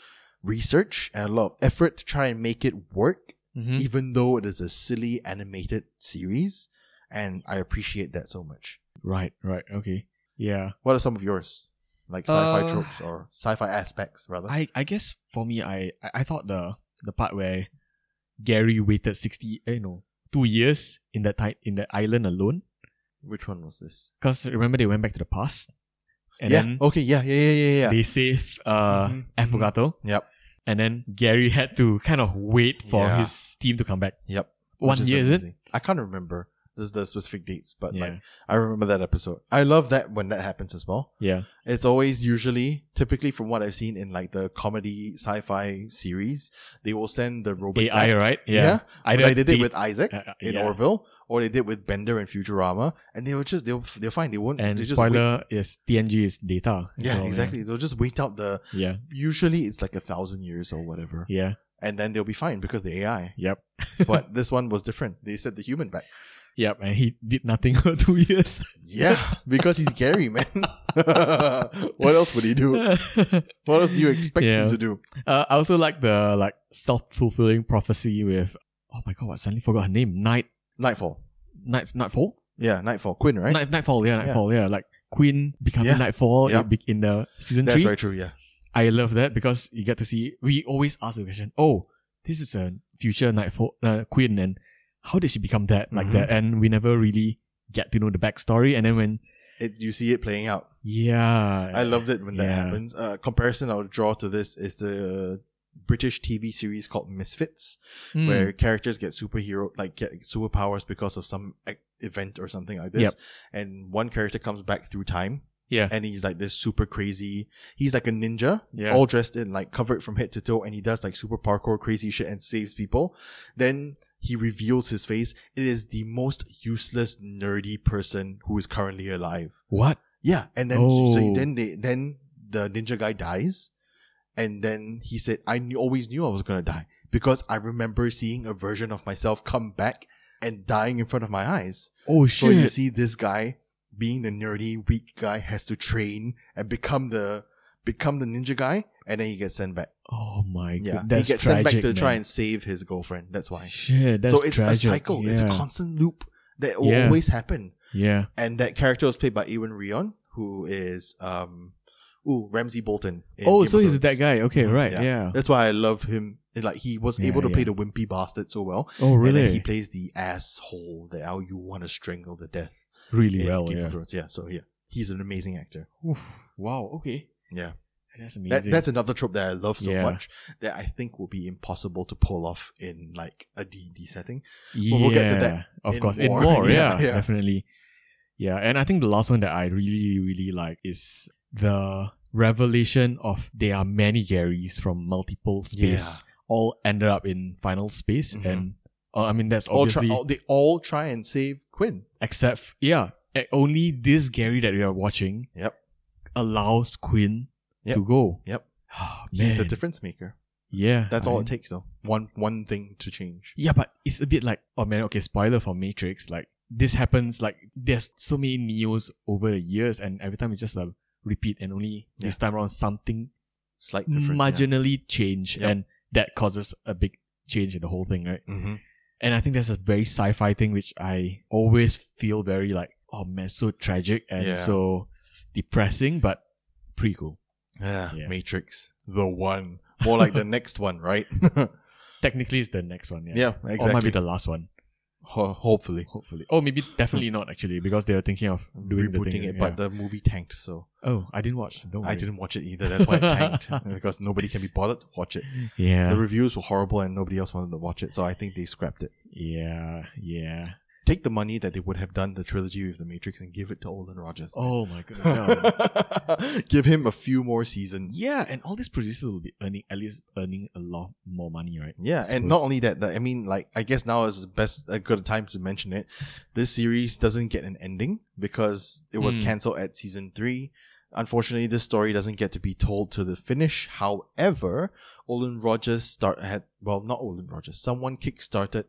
[SPEAKER 2] research and a lot of effort to try and make it work,
[SPEAKER 1] Mhm.
[SPEAKER 2] even though it is a silly animated series, and I appreciate that so much.
[SPEAKER 1] Right, right. Okay. Yeah.
[SPEAKER 2] What are some of yours, like sci-fi
[SPEAKER 1] Uh,
[SPEAKER 2] tropes or sci-fi aspects rather?
[SPEAKER 1] I, I guess for me, I, I, I thought the the part where Gary waited sixty, eh, no, two years in that time in that island alone.
[SPEAKER 2] Which one was this?
[SPEAKER 1] Cause remember they went back to the past, and
[SPEAKER 2] yeah.
[SPEAKER 1] then
[SPEAKER 2] okay. Yeah. Yeah. Yeah. Yeah. Yeah.
[SPEAKER 1] they saved uh
[SPEAKER 2] Mhm,
[SPEAKER 1] Affogato.
[SPEAKER 2] Yep.
[SPEAKER 1] And then Gary had to kind of wait for
[SPEAKER 2] Yeah.
[SPEAKER 1] his team to come back.
[SPEAKER 2] Yep.
[SPEAKER 1] One
[SPEAKER 2] Which
[SPEAKER 1] year, is it?
[SPEAKER 2] amazing. I can't remember the, the specific dates, but
[SPEAKER 1] Yeah.
[SPEAKER 2] like I remember that episode. I love that when that happens as well.
[SPEAKER 1] Yeah.
[SPEAKER 2] It's always usually, typically from what I've seen in like the comedy sci-fi series, they will send the robot
[SPEAKER 1] AI,
[SPEAKER 2] back.
[SPEAKER 1] right?
[SPEAKER 2] Yeah,
[SPEAKER 1] Either
[SPEAKER 2] like they did
[SPEAKER 1] they-
[SPEAKER 2] with Isaac
[SPEAKER 1] uh, uh,
[SPEAKER 2] in
[SPEAKER 1] yeah.
[SPEAKER 2] Orville, or they did with Bender and Futurama, and they will just they'll they're fine. They won't. they
[SPEAKER 1] And
[SPEAKER 2] just wait.
[SPEAKER 1] spoiler is TNG is data.
[SPEAKER 2] Yeah,
[SPEAKER 1] So,
[SPEAKER 2] exactly. They'll just wait out the.
[SPEAKER 1] Yeah.
[SPEAKER 2] Usually, it's like a thousand years or whatever,
[SPEAKER 1] Yeah.
[SPEAKER 2] and then they'll be fine because the AI.
[SPEAKER 1] Yep.
[SPEAKER 2] but this one was different. They sent the human back.
[SPEAKER 1] Yep. And he did nothing for two years.
[SPEAKER 2] Yeah, because he's Gary, man. what else would he do? What else do you expect
[SPEAKER 1] Yeah.
[SPEAKER 2] him to do?
[SPEAKER 1] Uh, I also like the like self fulfilling prophecy with oh my god, I suddenly forgot her name. Night
[SPEAKER 2] Nightfall.
[SPEAKER 1] night nightfall.
[SPEAKER 2] Yeah, Nightfall. Quinn, right?
[SPEAKER 1] Night, nightfall. Yeah, nightfall. Yeah, like Queen becoming
[SPEAKER 2] Yeah.
[SPEAKER 1] Nightfall
[SPEAKER 2] Yeah.
[SPEAKER 1] in, be- in the season
[SPEAKER 2] That's
[SPEAKER 1] three.
[SPEAKER 2] very true. Yeah.
[SPEAKER 1] I love that because you get to see. We always ask the question, "Oh, this is a future Nightfall uh, Queen, and how did she become that like
[SPEAKER 2] Mhm.
[SPEAKER 1] that?" And we never really get to know the backstory. And then when
[SPEAKER 2] It, you see it playing out.
[SPEAKER 1] yeah,
[SPEAKER 2] I loved it when that
[SPEAKER 1] Yeah.
[SPEAKER 2] happens. Uh, comparison I'll draw to this is the British TV series called Misfits,
[SPEAKER 1] Mm.
[SPEAKER 2] where characters get superhero like get superpowers because of some ac- event or something like this.
[SPEAKER 1] Yep.
[SPEAKER 2] And one character comes back through time,
[SPEAKER 1] yeah
[SPEAKER 2] and he's like this super crazy. He's like a ninja,
[SPEAKER 1] yeah
[SPEAKER 2] all dressed in like covered from head to toe and he does like super parkour crazy shit and saves people then he reveals his face it is the most useless nerdy person who is currently alive
[SPEAKER 1] what
[SPEAKER 2] yeah and then so
[SPEAKER 1] Oh.
[SPEAKER 2] then they then the ninja guy dies and then he said i knew, always knew i was gonna die because i remember seeing a version of myself come back and dying in front of my eyes
[SPEAKER 1] oh
[SPEAKER 2] so you
[SPEAKER 1] shit
[SPEAKER 2] see this guy being the nerdy weak guy has to train and become the become the ninja guy and then he gets sent back.
[SPEAKER 1] oh my
[SPEAKER 2] Yeah.
[SPEAKER 1] god that's
[SPEAKER 2] he gets
[SPEAKER 1] tragic,
[SPEAKER 2] sent back to
[SPEAKER 1] man.
[SPEAKER 2] try and save his girlfriend. That's why.
[SPEAKER 1] Shit, that's
[SPEAKER 2] so it's
[SPEAKER 1] tragic.
[SPEAKER 2] a cycle. It's a
[SPEAKER 1] Yeah.
[SPEAKER 2] constant loop that will
[SPEAKER 1] Yeah.
[SPEAKER 2] always happen.
[SPEAKER 1] yeah.
[SPEAKER 2] And that character was played by Ewan Rion, who is um ooh Ramsey Bolton. in
[SPEAKER 1] oh,
[SPEAKER 2] Game
[SPEAKER 1] so
[SPEAKER 2] of
[SPEAKER 1] he's that
[SPEAKER 2] Thrones.
[SPEAKER 1] guy. Okay,
[SPEAKER 2] Mhm,
[SPEAKER 1] right.
[SPEAKER 2] yeah.
[SPEAKER 1] Yeah.
[SPEAKER 2] That's why I love him. It's Like he was
[SPEAKER 1] Yeah,
[SPEAKER 2] able to play
[SPEAKER 1] yeah.
[SPEAKER 2] the wimpy bastard so well.
[SPEAKER 1] Oh,
[SPEAKER 2] And
[SPEAKER 1] really?
[SPEAKER 2] then he plays the asshole that how you want to strangle to death.
[SPEAKER 1] really
[SPEAKER 2] in
[SPEAKER 1] well.
[SPEAKER 2] Game
[SPEAKER 1] Yeah.
[SPEAKER 2] of Thrones. Yeah. So yeah, he's an amazing actor.
[SPEAKER 1] Oof. Wow. Okay.
[SPEAKER 2] Yeah.
[SPEAKER 1] That's
[SPEAKER 2] That,
[SPEAKER 1] amazing.
[SPEAKER 2] that's another trope that I love so
[SPEAKER 1] Yeah.
[SPEAKER 2] much that I think will be impossible to pull off in like a D and D setting.
[SPEAKER 1] yeah.
[SPEAKER 2] we'll get to that
[SPEAKER 1] Of
[SPEAKER 2] in
[SPEAKER 1] course. In
[SPEAKER 2] more.
[SPEAKER 1] more.
[SPEAKER 2] Yeah,
[SPEAKER 1] yeah,
[SPEAKER 2] yeah.
[SPEAKER 1] Definitely. Yeah. And I think the last one that I really, really like is the revelation of there are many Garys from multiple space all ended up in final space
[SPEAKER 2] Mhm.
[SPEAKER 1] and. Uh, I mean that's
[SPEAKER 2] All
[SPEAKER 1] obviously
[SPEAKER 2] try, all, they all try and save Quinn.
[SPEAKER 1] except f- yeah eh, only this gary that we are watching
[SPEAKER 2] Yep.
[SPEAKER 1] allows quinn
[SPEAKER 2] Yep.
[SPEAKER 1] to go Ah,
[SPEAKER 2] Yep.
[SPEAKER 1] man.
[SPEAKER 2] He's the difference maker.
[SPEAKER 1] yeah
[SPEAKER 2] That's
[SPEAKER 1] I
[SPEAKER 2] all
[SPEAKER 1] mean-
[SPEAKER 2] it takes though. One one thing to change.
[SPEAKER 1] yeah but it's a bit like oh man okay spoiler for matrix like this happens like there's so many neos over the years and every time it's just a repeat and only this time around something
[SPEAKER 2] Slight difference.
[SPEAKER 1] marginally change
[SPEAKER 2] Yep.
[SPEAKER 1] and that causes a big change in the whole thing right
[SPEAKER 2] Yeah. hmm
[SPEAKER 1] and i think that's a very sci-fi thing which i always feel very like oh man so tragic and
[SPEAKER 2] Yeah.
[SPEAKER 1] so depressing but pretty cool
[SPEAKER 2] Yeah.
[SPEAKER 1] Yeah.
[SPEAKER 2] Matrix. The one. More like the next one, right? yeah,
[SPEAKER 1] technically it's the next one, yeah.
[SPEAKER 2] exactly.
[SPEAKER 1] Or might be the last one,
[SPEAKER 2] Ho- hopefully.
[SPEAKER 1] hopefully. Oh, maybe definitely not actually, because they were thinking of doing the
[SPEAKER 2] rebooting
[SPEAKER 1] thing,
[SPEAKER 2] it,
[SPEAKER 1] yeah.
[SPEAKER 2] but the movie tanked, so
[SPEAKER 1] oh, I didn't watch. Don't worry.
[SPEAKER 2] I didn't watch it either. That's why it tanked because nobody can be bothered to watch it. The
[SPEAKER 1] Mm. Yeah,
[SPEAKER 2] reviews were horrible and nobody else wanted to watch it, so I think they scrapped it.
[SPEAKER 1] yeah, yeah.
[SPEAKER 2] Take the money that they would have done the trilogy with the Matrix and give it to Olin Rogers.
[SPEAKER 1] Oh my goodness. no.
[SPEAKER 2] give him a few more seasons.
[SPEAKER 1] yeah, and all these producers will be earning at least earning a lot more money, right?
[SPEAKER 2] Yeah,
[SPEAKER 1] I
[SPEAKER 2] and not
[SPEAKER 1] suppose.
[SPEAKER 2] only that, that- I mean, like, I guess now is the best a good time to mention it. This series doesn't get an ending because it was
[SPEAKER 1] Mm.
[SPEAKER 2] cancelled at season three. Unfortunately, this story doesn't get to be told to the finish. However, Olin Rogers start had well, not Olin Rogers. Someone kickstarted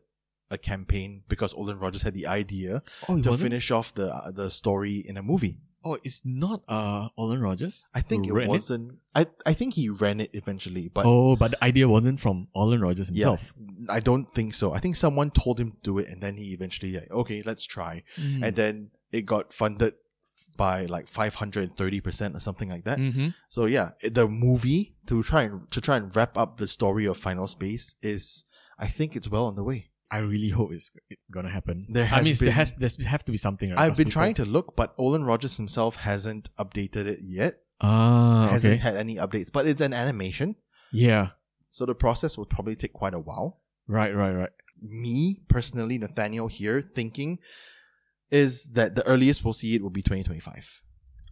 [SPEAKER 2] a campaign because Olin Rogers had the idea
[SPEAKER 1] oh, it
[SPEAKER 2] to
[SPEAKER 1] wasn't?
[SPEAKER 2] finish off the the story in a movie.
[SPEAKER 1] Oh, it's not uh Olin Rogers.
[SPEAKER 2] I think
[SPEAKER 1] who
[SPEAKER 2] it
[SPEAKER 1] ran
[SPEAKER 2] wasn't. I I think he ran it eventually, but
[SPEAKER 1] Oh, but the idea wasn't from Olin Rogers himself.
[SPEAKER 2] Yeah, I don't think so. I think someone told him to do it, and then he eventually like, okay, let's try.
[SPEAKER 1] Mm.
[SPEAKER 2] And then it got funded by like five hundred and thirty percent or something like that.
[SPEAKER 1] Mhm.
[SPEAKER 2] So yeah, it- the movie to try and to try and wrap up the story of Final Space is, I think it's well on the way.
[SPEAKER 1] I really hope it's it gonna happen.
[SPEAKER 2] There
[SPEAKER 1] I
[SPEAKER 2] has
[SPEAKER 1] mean, it's- there
[SPEAKER 2] been-
[SPEAKER 1] has there's have to be something. Right?
[SPEAKER 2] I've been trying to look, but Olin Rogers himself hasn't updated it yet.
[SPEAKER 1] Ah,
[SPEAKER 2] hasn't
[SPEAKER 1] okay.
[SPEAKER 2] had any updates, but it's an animation,
[SPEAKER 1] Yeah.
[SPEAKER 2] so the process will probably take quite a while.
[SPEAKER 1] Right, right, right.
[SPEAKER 2] me personally, Nathaniel here, thinking is that the earliest we'll see it will be 2025.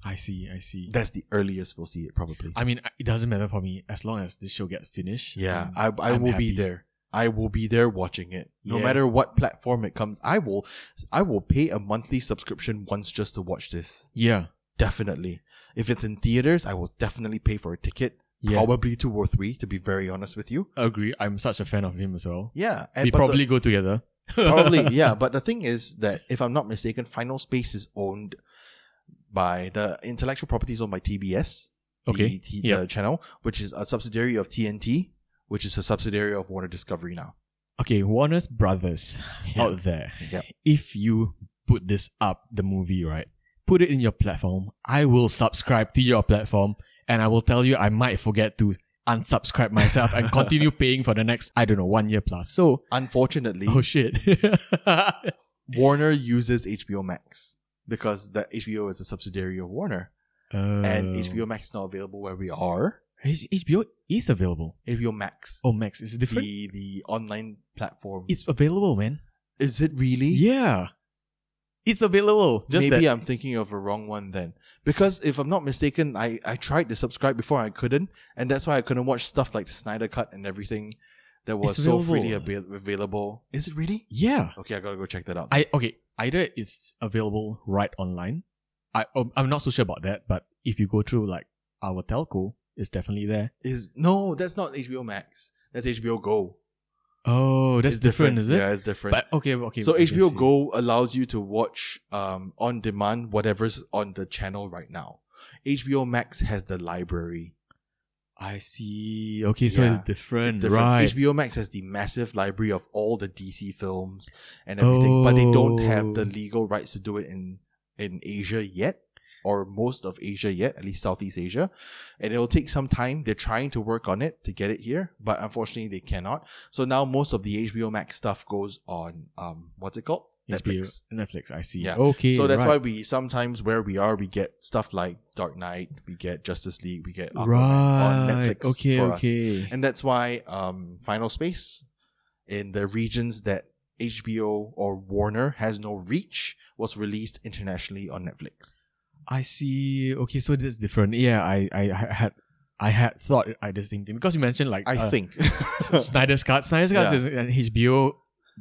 [SPEAKER 1] I see, I see.
[SPEAKER 2] That's the earliest we'll see it, probably.
[SPEAKER 1] I mean, it doesn't matter for me as long as this show gets finished.
[SPEAKER 2] yeah,
[SPEAKER 1] um,
[SPEAKER 2] I, I
[SPEAKER 1] I'm
[SPEAKER 2] will be
[SPEAKER 1] happy.
[SPEAKER 2] there. I will be there watching it, no
[SPEAKER 1] Yeah.
[SPEAKER 2] matter what platform it comes. I will, I will pay a monthly subscription once just to watch this.
[SPEAKER 1] Yeah,
[SPEAKER 2] Definitely, if it's in theaters, I will definitely pay for a ticket,
[SPEAKER 1] yeah.
[SPEAKER 2] probably two or three, to be very honest with you.
[SPEAKER 1] Agree. I'm such a fan of him as well.
[SPEAKER 2] Yeah,
[SPEAKER 1] we
[SPEAKER 2] but the-
[SPEAKER 1] probably go together.
[SPEAKER 2] Probably, yeah. But the thing is that if I'm not mistaken, Final Space is owned by the intellectual property is owned by TBS, the,
[SPEAKER 1] Okay.
[SPEAKER 2] T-
[SPEAKER 1] yeah.
[SPEAKER 2] the channel, which is a subsidiary of TNT, which is a subsidiary of Warner Discovery now.
[SPEAKER 1] Okay, Warner's brothers out there.
[SPEAKER 2] Yeah.
[SPEAKER 1] If you put this up, the movie, right? Put it in your platform. I will subscribe to your platform, and I will tell you I might forget to unsubscribe myself and continue paying for the next I don't know one year plus. So
[SPEAKER 2] Unfortunately,
[SPEAKER 1] oh shit.
[SPEAKER 2] Warner uses HBO Max because the HBO is a subsidiary of Warner, and
[SPEAKER 1] Oh.
[SPEAKER 2] HBO Max is not available where we are.
[SPEAKER 1] H- HBO is available.
[SPEAKER 2] HBO Max,
[SPEAKER 1] Oh, Max, it's different.
[SPEAKER 2] the the online platform,
[SPEAKER 1] it's available, man.
[SPEAKER 2] is it really?
[SPEAKER 1] Yeah, it's available. Just
[SPEAKER 2] Maybe
[SPEAKER 1] that.
[SPEAKER 2] I'm thinking of a wrong one then. Because if I'm not mistaken, I, I tried to subscribe before I couldn't, and that's why I couldn't watch stuff like the Snyder Cut and everything that was
[SPEAKER 1] It's
[SPEAKER 2] so
[SPEAKER 1] available.
[SPEAKER 2] freely avail- available. Is it really?
[SPEAKER 1] yeah,
[SPEAKER 2] Okay, I gotta go check that out.
[SPEAKER 1] I okay. Either it's available right online. I um, I'm not so sure about that, but if you go through like our telco, it's definitely there.
[SPEAKER 2] is no, that's not HBO Max. That's HBO Go.
[SPEAKER 1] Oh, that's
[SPEAKER 2] It's
[SPEAKER 1] different, is it?
[SPEAKER 2] Yeah, it's different.
[SPEAKER 1] But okay, okay.
[SPEAKER 2] so
[SPEAKER 1] I guess,
[SPEAKER 2] HBO
[SPEAKER 1] yeah.
[SPEAKER 2] Go allows you to watch um on demand whatever's on the channel right now. HBO Max has the library.
[SPEAKER 1] I see. Okay, so
[SPEAKER 2] Yeah,
[SPEAKER 1] it's, different,
[SPEAKER 2] It's different.
[SPEAKER 1] right?
[SPEAKER 2] HBO Max has the massive library of all the DC films and everything, but they don't have the
[SPEAKER 1] Oh.
[SPEAKER 2] legal rights to do it in in Asia yet or most of Asia yet, at least Southeast Asia. And it'll take some time. They're trying to work on it to get it here, but unfortunately they cannot. So now most of the HBO Max stuff goes on um what's it called?
[SPEAKER 1] Netflix. Netflix, I see.
[SPEAKER 2] Yeah.
[SPEAKER 1] Okay.
[SPEAKER 2] so that's
[SPEAKER 1] right.
[SPEAKER 2] why we sometimes where we are, we get stuff like Dark Knight, we get Justice League, we get Aquaman on
[SPEAKER 1] right.
[SPEAKER 2] Netflix
[SPEAKER 1] okay.
[SPEAKER 2] for us.
[SPEAKER 1] okay.
[SPEAKER 2] And that's why um, Final Space in the regions that HBO or Warner has no reach was released internationally on Netflix.
[SPEAKER 1] I see. Okay, so this is different. Yeah, I, I, I had, I had thought I the same thing because you mentioned like
[SPEAKER 2] I
[SPEAKER 1] uh,
[SPEAKER 2] think.
[SPEAKER 1] Snyder's Cut. Snyder's Cut
[SPEAKER 2] Yeah.
[SPEAKER 1] is an HBO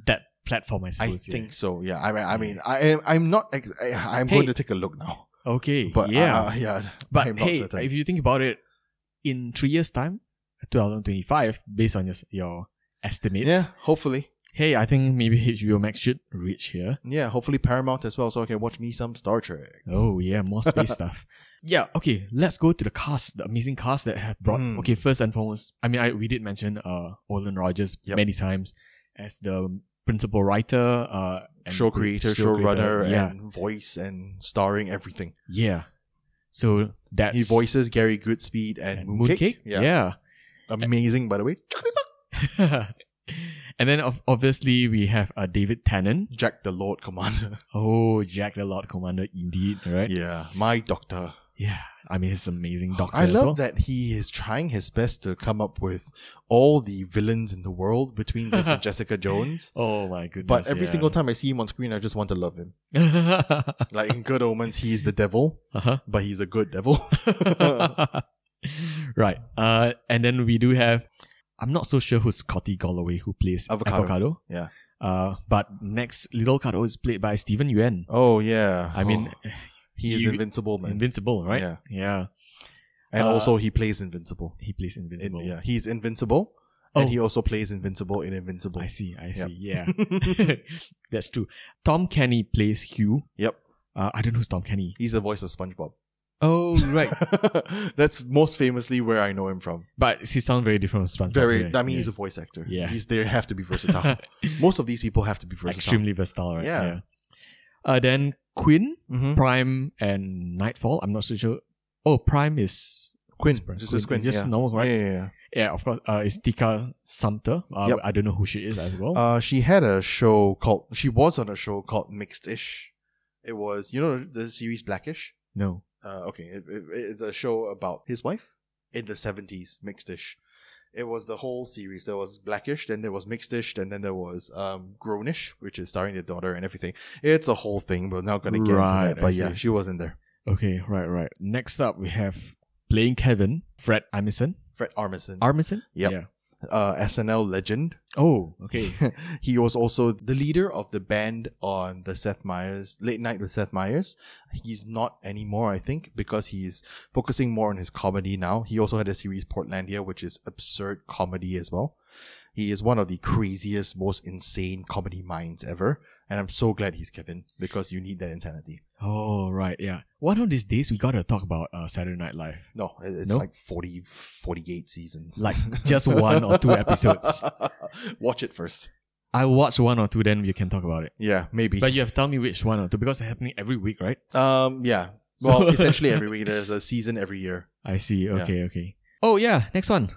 [SPEAKER 1] that platform, I
[SPEAKER 2] I
[SPEAKER 1] suppose. yeah.
[SPEAKER 2] think so. Yeah. I mean, I mean, I am. I'm not. ex- I, I'm
[SPEAKER 1] Hey.
[SPEAKER 2] going to take a look now.
[SPEAKER 1] Okay.
[SPEAKER 2] But
[SPEAKER 1] yeah,
[SPEAKER 2] yeah, yeah.
[SPEAKER 1] but
[SPEAKER 2] I'm not
[SPEAKER 1] hey,
[SPEAKER 2] certain.
[SPEAKER 1] if you think about it, in three years' time, 2025, based on your your estimates,
[SPEAKER 2] yeah. Hopefully.
[SPEAKER 1] hey, I think maybe HBO Max should reach here.
[SPEAKER 2] Yeah. Hopefully Paramount as well, so I can watch me some Star Trek.
[SPEAKER 1] Oh yeah, more space stuff. Yeah, okay. Let's go to the cast, the amazing cast that have brought.
[SPEAKER 2] Mm.
[SPEAKER 1] Okay, first and foremost, I mean, I we did mention uh Olin Rogers
[SPEAKER 2] Yep.
[SPEAKER 1] many times as the principal writer, uh, and
[SPEAKER 2] show creator,
[SPEAKER 1] show
[SPEAKER 2] showrunner,
[SPEAKER 1] creator. Yeah,
[SPEAKER 2] and voice and starring everything.
[SPEAKER 1] yeah. So that's
[SPEAKER 2] He voices Gary Goodspeed and,
[SPEAKER 1] and
[SPEAKER 2] Mooncake.
[SPEAKER 1] Mooncake.
[SPEAKER 2] Yeah.
[SPEAKER 1] yeah.
[SPEAKER 2] Amazing, by the way.
[SPEAKER 1] and then of- obviously we have uh, David Tennant.
[SPEAKER 2] Jack the Lord Commander.
[SPEAKER 1] Oh, Jack the Lord Commander, indeed, right? Yeah,
[SPEAKER 2] Yeah, my doctor.
[SPEAKER 1] I mean, he's an amazing doctor.
[SPEAKER 2] I
[SPEAKER 1] as
[SPEAKER 2] love
[SPEAKER 1] well.
[SPEAKER 2] that he is trying his best to come up with all the villains in the world between this and Jessica Jones.
[SPEAKER 1] Oh my goodness!
[SPEAKER 2] But every single time I see him on screen, I just want to love him.
[SPEAKER 1] time,
[SPEAKER 2] Like in Good Omens, he's the devil,
[SPEAKER 1] uh
[SPEAKER 2] but he's a good devil.
[SPEAKER 1] huh. right. Uh, and then we do have. I'm not so sure who's Scotty Galloway who plays
[SPEAKER 2] Avocado.
[SPEAKER 1] Avocado.
[SPEAKER 2] Yeah.
[SPEAKER 1] Uh, but next, Little Cado is played by Steven Yuen.
[SPEAKER 2] Oh yeah.
[SPEAKER 1] I mean,
[SPEAKER 2] he is
[SPEAKER 1] he-
[SPEAKER 2] invincible, man.
[SPEAKER 1] Invincible, right?
[SPEAKER 2] Yeah.
[SPEAKER 1] Yeah.
[SPEAKER 2] and
[SPEAKER 1] uh,
[SPEAKER 2] also he plays invincible.
[SPEAKER 1] He plays
[SPEAKER 2] In-
[SPEAKER 1] Invincible.
[SPEAKER 2] yeah, he's invincible,
[SPEAKER 1] Oh.
[SPEAKER 2] and he also plays invincible in Invincible.
[SPEAKER 1] I see, I
[SPEAKER 2] Yep.
[SPEAKER 1] see. Yeah, that's true. Tom Kenny plays Hugh.
[SPEAKER 2] Yep,
[SPEAKER 1] Uh, I don't know who's Tom Kenny.
[SPEAKER 2] he's the voice of SpongeBob.
[SPEAKER 1] Oh right,
[SPEAKER 2] That's most famously where I know him from.
[SPEAKER 1] but he sounds very different from SpongeBob.
[SPEAKER 2] Very.
[SPEAKER 1] yeah,
[SPEAKER 2] I mean,
[SPEAKER 1] yeah.
[SPEAKER 2] he's a voice actor.
[SPEAKER 1] Yeah.
[SPEAKER 2] he's they have to be versatile. Most of these people have to be versatile.
[SPEAKER 1] extremely versatile, right?
[SPEAKER 2] Yeah.
[SPEAKER 1] Uh, then Quinn,
[SPEAKER 2] Mhm.
[SPEAKER 1] Prime, and Nightfall. I'm not so sure. Oh, Prime is
[SPEAKER 2] Quinn,
[SPEAKER 1] is Prime.
[SPEAKER 2] just as Quinn.
[SPEAKER 1] just
[SPEAKER 2] yeah.
[SPEAKER 1] normal, right? Yeah.
[SPEAKER 2] Yeah, yeah, yeah.
[SPEAKER 1] of course. Uh, it's Tika Sumter. Uh,
[SPEAKER 2] Yep.
[SPEAKER 1] I don't know who she is as well.
[SPEAKER 2] Uh, she had a show called. She was on a show called Mixed Ish. It was you know the series Blackish.
[SPEAKER 1] no.
[SPEAKER 2] Uh, okay, it, it, it's a show about his wife in the seventies. Mixed Ish. It was the whole series. There was Blackish, then there was Mixed Ish, then then there was um Grownish, which is starring the daughter and everything. It's a whole thing. We're not gonna get
[SPEAKER 1] Right,
[SPEAKER 2] into that,
[SPEAKER 1] I
[SPEAKER 2] but yeah,
[SPEAKER 1] see.
[SPEAKER 2] she wasn't there.
[SPEAKER 1] Okay, right, right. Next up, we have playing Kevin, Fred Armisen.
[SPEAKER 2] Fred Armisen,
[SPEAKER 1] Armisen.
[SPEAKER 2] Yep.
[SPEAKER 1] Yeah.
[SPEAKER 2] uh, SNL legend.
[SPEAKER 1] Oh, okay.
[SPEAKER 2] he was also the leader of the band on the Seth Meyers Late Night with Seth Meyers. He's not anymore, I think, because he's focusing more on his comedy now. He also had a series Portlandia, which is absurd comedy as well. He is one of the craziest, most insane comedy minds ever. And I'm so glad he's Kevin because you need that insanity.
[SPEAKER 1] Oh right, yeah. One of these days we gotta talk about uh, Saturday Night Live,
[SPEAKER 2] No, it- it's
[SPEAKER 1] No?
[SPEAKER 2] like 40, 48 seasons.
[SPEAKER 1] like just one or two episodes.
[SPEAKER 2] Watch it first.
[SPEAKER 1] I watch one or two, then we can talk about it.
[SPEAKER 2] Yeah, maybe.
[SPEAKER 1] But you have to tell me which one or two because it's happening every week, right?
[SPEAKER 2] Um, yeah.
[SPEAKER 1] So-
[SPEAKER 2] Well, essentially every week there's a season every year
[SPEAKER 1] I see. Okay, okay. Oh yeah, next one,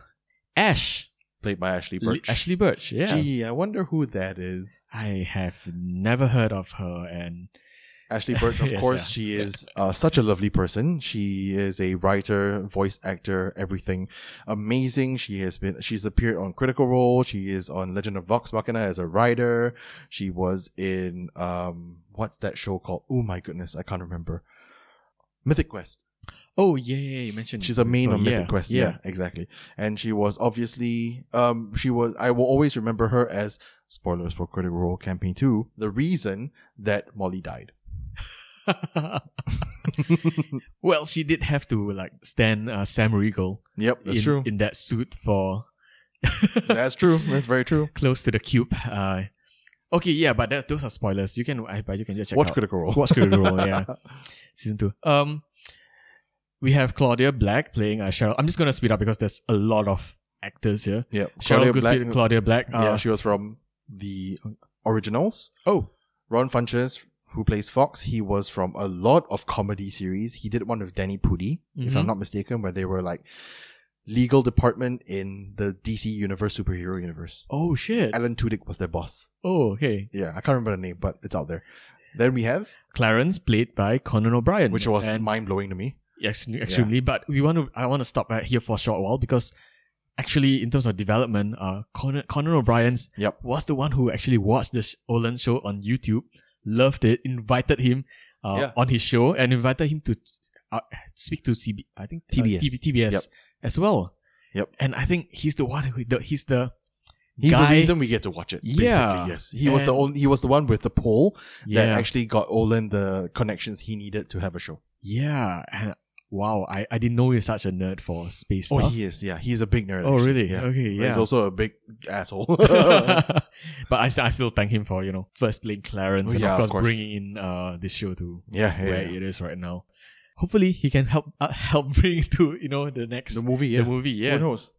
[SPEAKER 1] Ash,
[SPEAKER 2] played by Ashley
[SPEAKER 1] Li-
[SPEAKER 2] Birch.
[SPEAKER 1] Ashley Birch. Yeah,
[SPEAKER 2] Gee, I wonder who that is.
[SPEAKER 1] I have never heard of her, and
[SPEAKER 2] Ashley Birch, of
[SPEAKER 1] Yes,
[SPEAKER 2] course,
[SPEAKER 1] yeah.
[SPEAKER 2] she is uh, such a lovely person. She is a writer, voice actor, everything amazing. She has been, she's appeared on Critical Role. She is on Legend of Vox Machina as a writer. She was in, um, what's that show called? Oh my goodness, I can't remember. Mythic Quest.
[SPEAKER 1] oh yeah, yeah, you mentioned
[SPEAKER 2] She's a main
[SPEAKER 1] Oh,
[SPEAKER 2] on Mythic
[SPEAKER 1] yeah,
[SPEAKER 2] Quest. Yeah.
[SPEAKER 1] yeah.
[SPEAKER 2] exactly. And she was obviously, um, she was. I will always remember her as spoilers for Critical Role Campaign Two. The reason that Molly died.
[SPEAKER 1] well, she did have to like stand uh, Sam Riegel
[SPEAKER 2] Yep, that's
[SPEAKER 1] in,
[SPEAKER 2] true.
[SPEAKER 1] in that suit for
[SPEAKER 2] that's true. That's very true.
[SPEAKER 1] close to the cube. Uh, okay, yeah, but that, those are spoilers. You can, I, but you can just check
[SPEAKER 2] Watch
[SPEAKER 1] out.
[SPEAKER 2] Critical Role.
[SPEAKER 1] Watch Critical Role, yeah, season two. Um, we have Claudia Black playing uh, Cheryl. I'm just gonna speed up because there's a lot of actors here.
[SPEAKER 2] yeah,
[SPEAKER 1] Cheryl
[SPEAKER 2] Claudia
[SPEAKER 1] Goodspeed,
[SPEAKER 2] Black-
[SPEAKER 1] Claudia Black. Uh,
[SPEAKER 2] yeah, she was from the originals.
[SPEAKER 1] oh,
[SPEAKER 2] Ron Funches who plays Fox, he was from a lot of comedy series. He did one with Danny Pudi, if
[SPEAKER 1] Mhm.
[SPEAKER 2] I'm not mistaken, where they were like legal department in the DC universe, superhero universe.
[SPEAKER 1] Oh shit.
[SPEAKER 2] Alan Tudyk was their boss.
[SPEAKER 1] Oh, okay.
[SPEAKER 2] Yeah, I can't remember the name, but it's out there. Then we have,
[SPEAKER 1] Clarence played by Conan O'Brien,
[SPEAKER 2] which was
[SPEAKER 1] and
[SPEAKER 2] mind blowing to me.
[SPEAKER 1] ex- extremely. But we want to. I want to stop right here for a short while because actually, in terms of development, uh, Conan, Conan O'Brien's
[SPEAKER 2] Yep.
[SPEAKER 1] was the one who actually watched this Olan show on YouTube, loved it, invited him uh,
[SPEAKER 2] Yeah.
[SPEAKER 1] on his show, and invited him to uh, speak to CB. I think uh,
[SPEAKER 2] TBS.
[SPEAKER 1] TB TBS
[SPEAKER 2] Yep.
[SPEAKER 1] as well.
[SPEAKER 2] Yep.
[SPEAKER 1] And I think he's the one who the, he's the
[SPEAKER 2] He's
[SPEAKER 1] guy.
[SPEAKER 2] the reason we get to watch it.
[SPEAKER 1] Yeah.
[SPEAKER 2] Basically, yes. He was the
[SPEAKER 1] And-
[SPEAKER 2] only, he was the one with the poll
[SPEAKER 1] yeah.
[SPEAKER 2] that actually got Olin the connections he needed to have a show.
[SPEAKER 1] Yeah, and wow, I, I didn't know you're such a nerd for space
[SPEAKER 2] Oh,
[SPEAKER 1] stuff.
[SPEAKER 2] he is. Yeah, he's a big nerd.
[SPEAKER 1] oh,
[SPEAKER 2] actually.
[SPEAKER 1] really?
[SPEAKER 2] Yeah.
[SPEAKER 1] Okay,
[SPEAKER 2] But He's
[SPEAKER 1] yeah.
[SPEAKER 2] also a big asshole.
[SPEAKER 1] but I, st- I still thank him for you know first playing Clarence
[SPEAKER 2] Oh,
[SPEAKER 1] and
[SPEAKER 2] yeah,
[SPEAKER 1] of
[SPEAKER 2] of
[SPEAKER 1] course,
[SPEAKER 2] course.
[SPEAKER 1] bringing in uh this show to
[SPEAKER 2] yeah,
[SPEAKER 1] where it is right now. Hopefully, he can help uh, help bring to you know the next
[SPEAKER 2] The movie, yeah. Oh,
[SPEAKER 1] the movie. Yeah,
[SPEAKER 2] Who knows?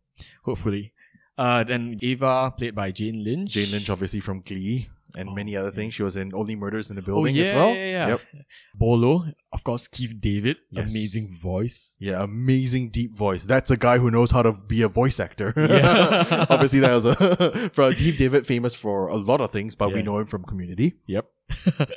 [SPEAKER 1] hopefully. Uh, then Ava played by Jane Lynch.
[SPEAKER 2] Jane Lynch, obviously from Glee and
[SPEAKER 1] Oh,
[SPEAKER 2] many other
[SPEAKER 1] yeah.
[SPEAKER 2] things. She was in Only Murders in the
[SPEAKER 1] Oh
[SPEAKER 2] Building
[SPEAKER 1] yeah,
[SPEAKER 2] as well.
[SPEAKER 1] yeah, yeah.
[SPEAKER 2] Yep.
[SPEAKER 1] Bolo, of course, Keith David,
[SPEAKER 2] Yes.
[SPEAKER 1] amazing voice.
[SPEAKER 2] Yeah, amazing deep voice. That's a guy who knows how to be a voice actor.
[SPEAKER 1] Yeah.
[SPEAKER 2] obviously, that was a for Deep David famous for a lot of things, but
[SPEAKER 1] Yeah.
[SPEAKER 2] we know him from Community.
[SPEAKER 1] Yep.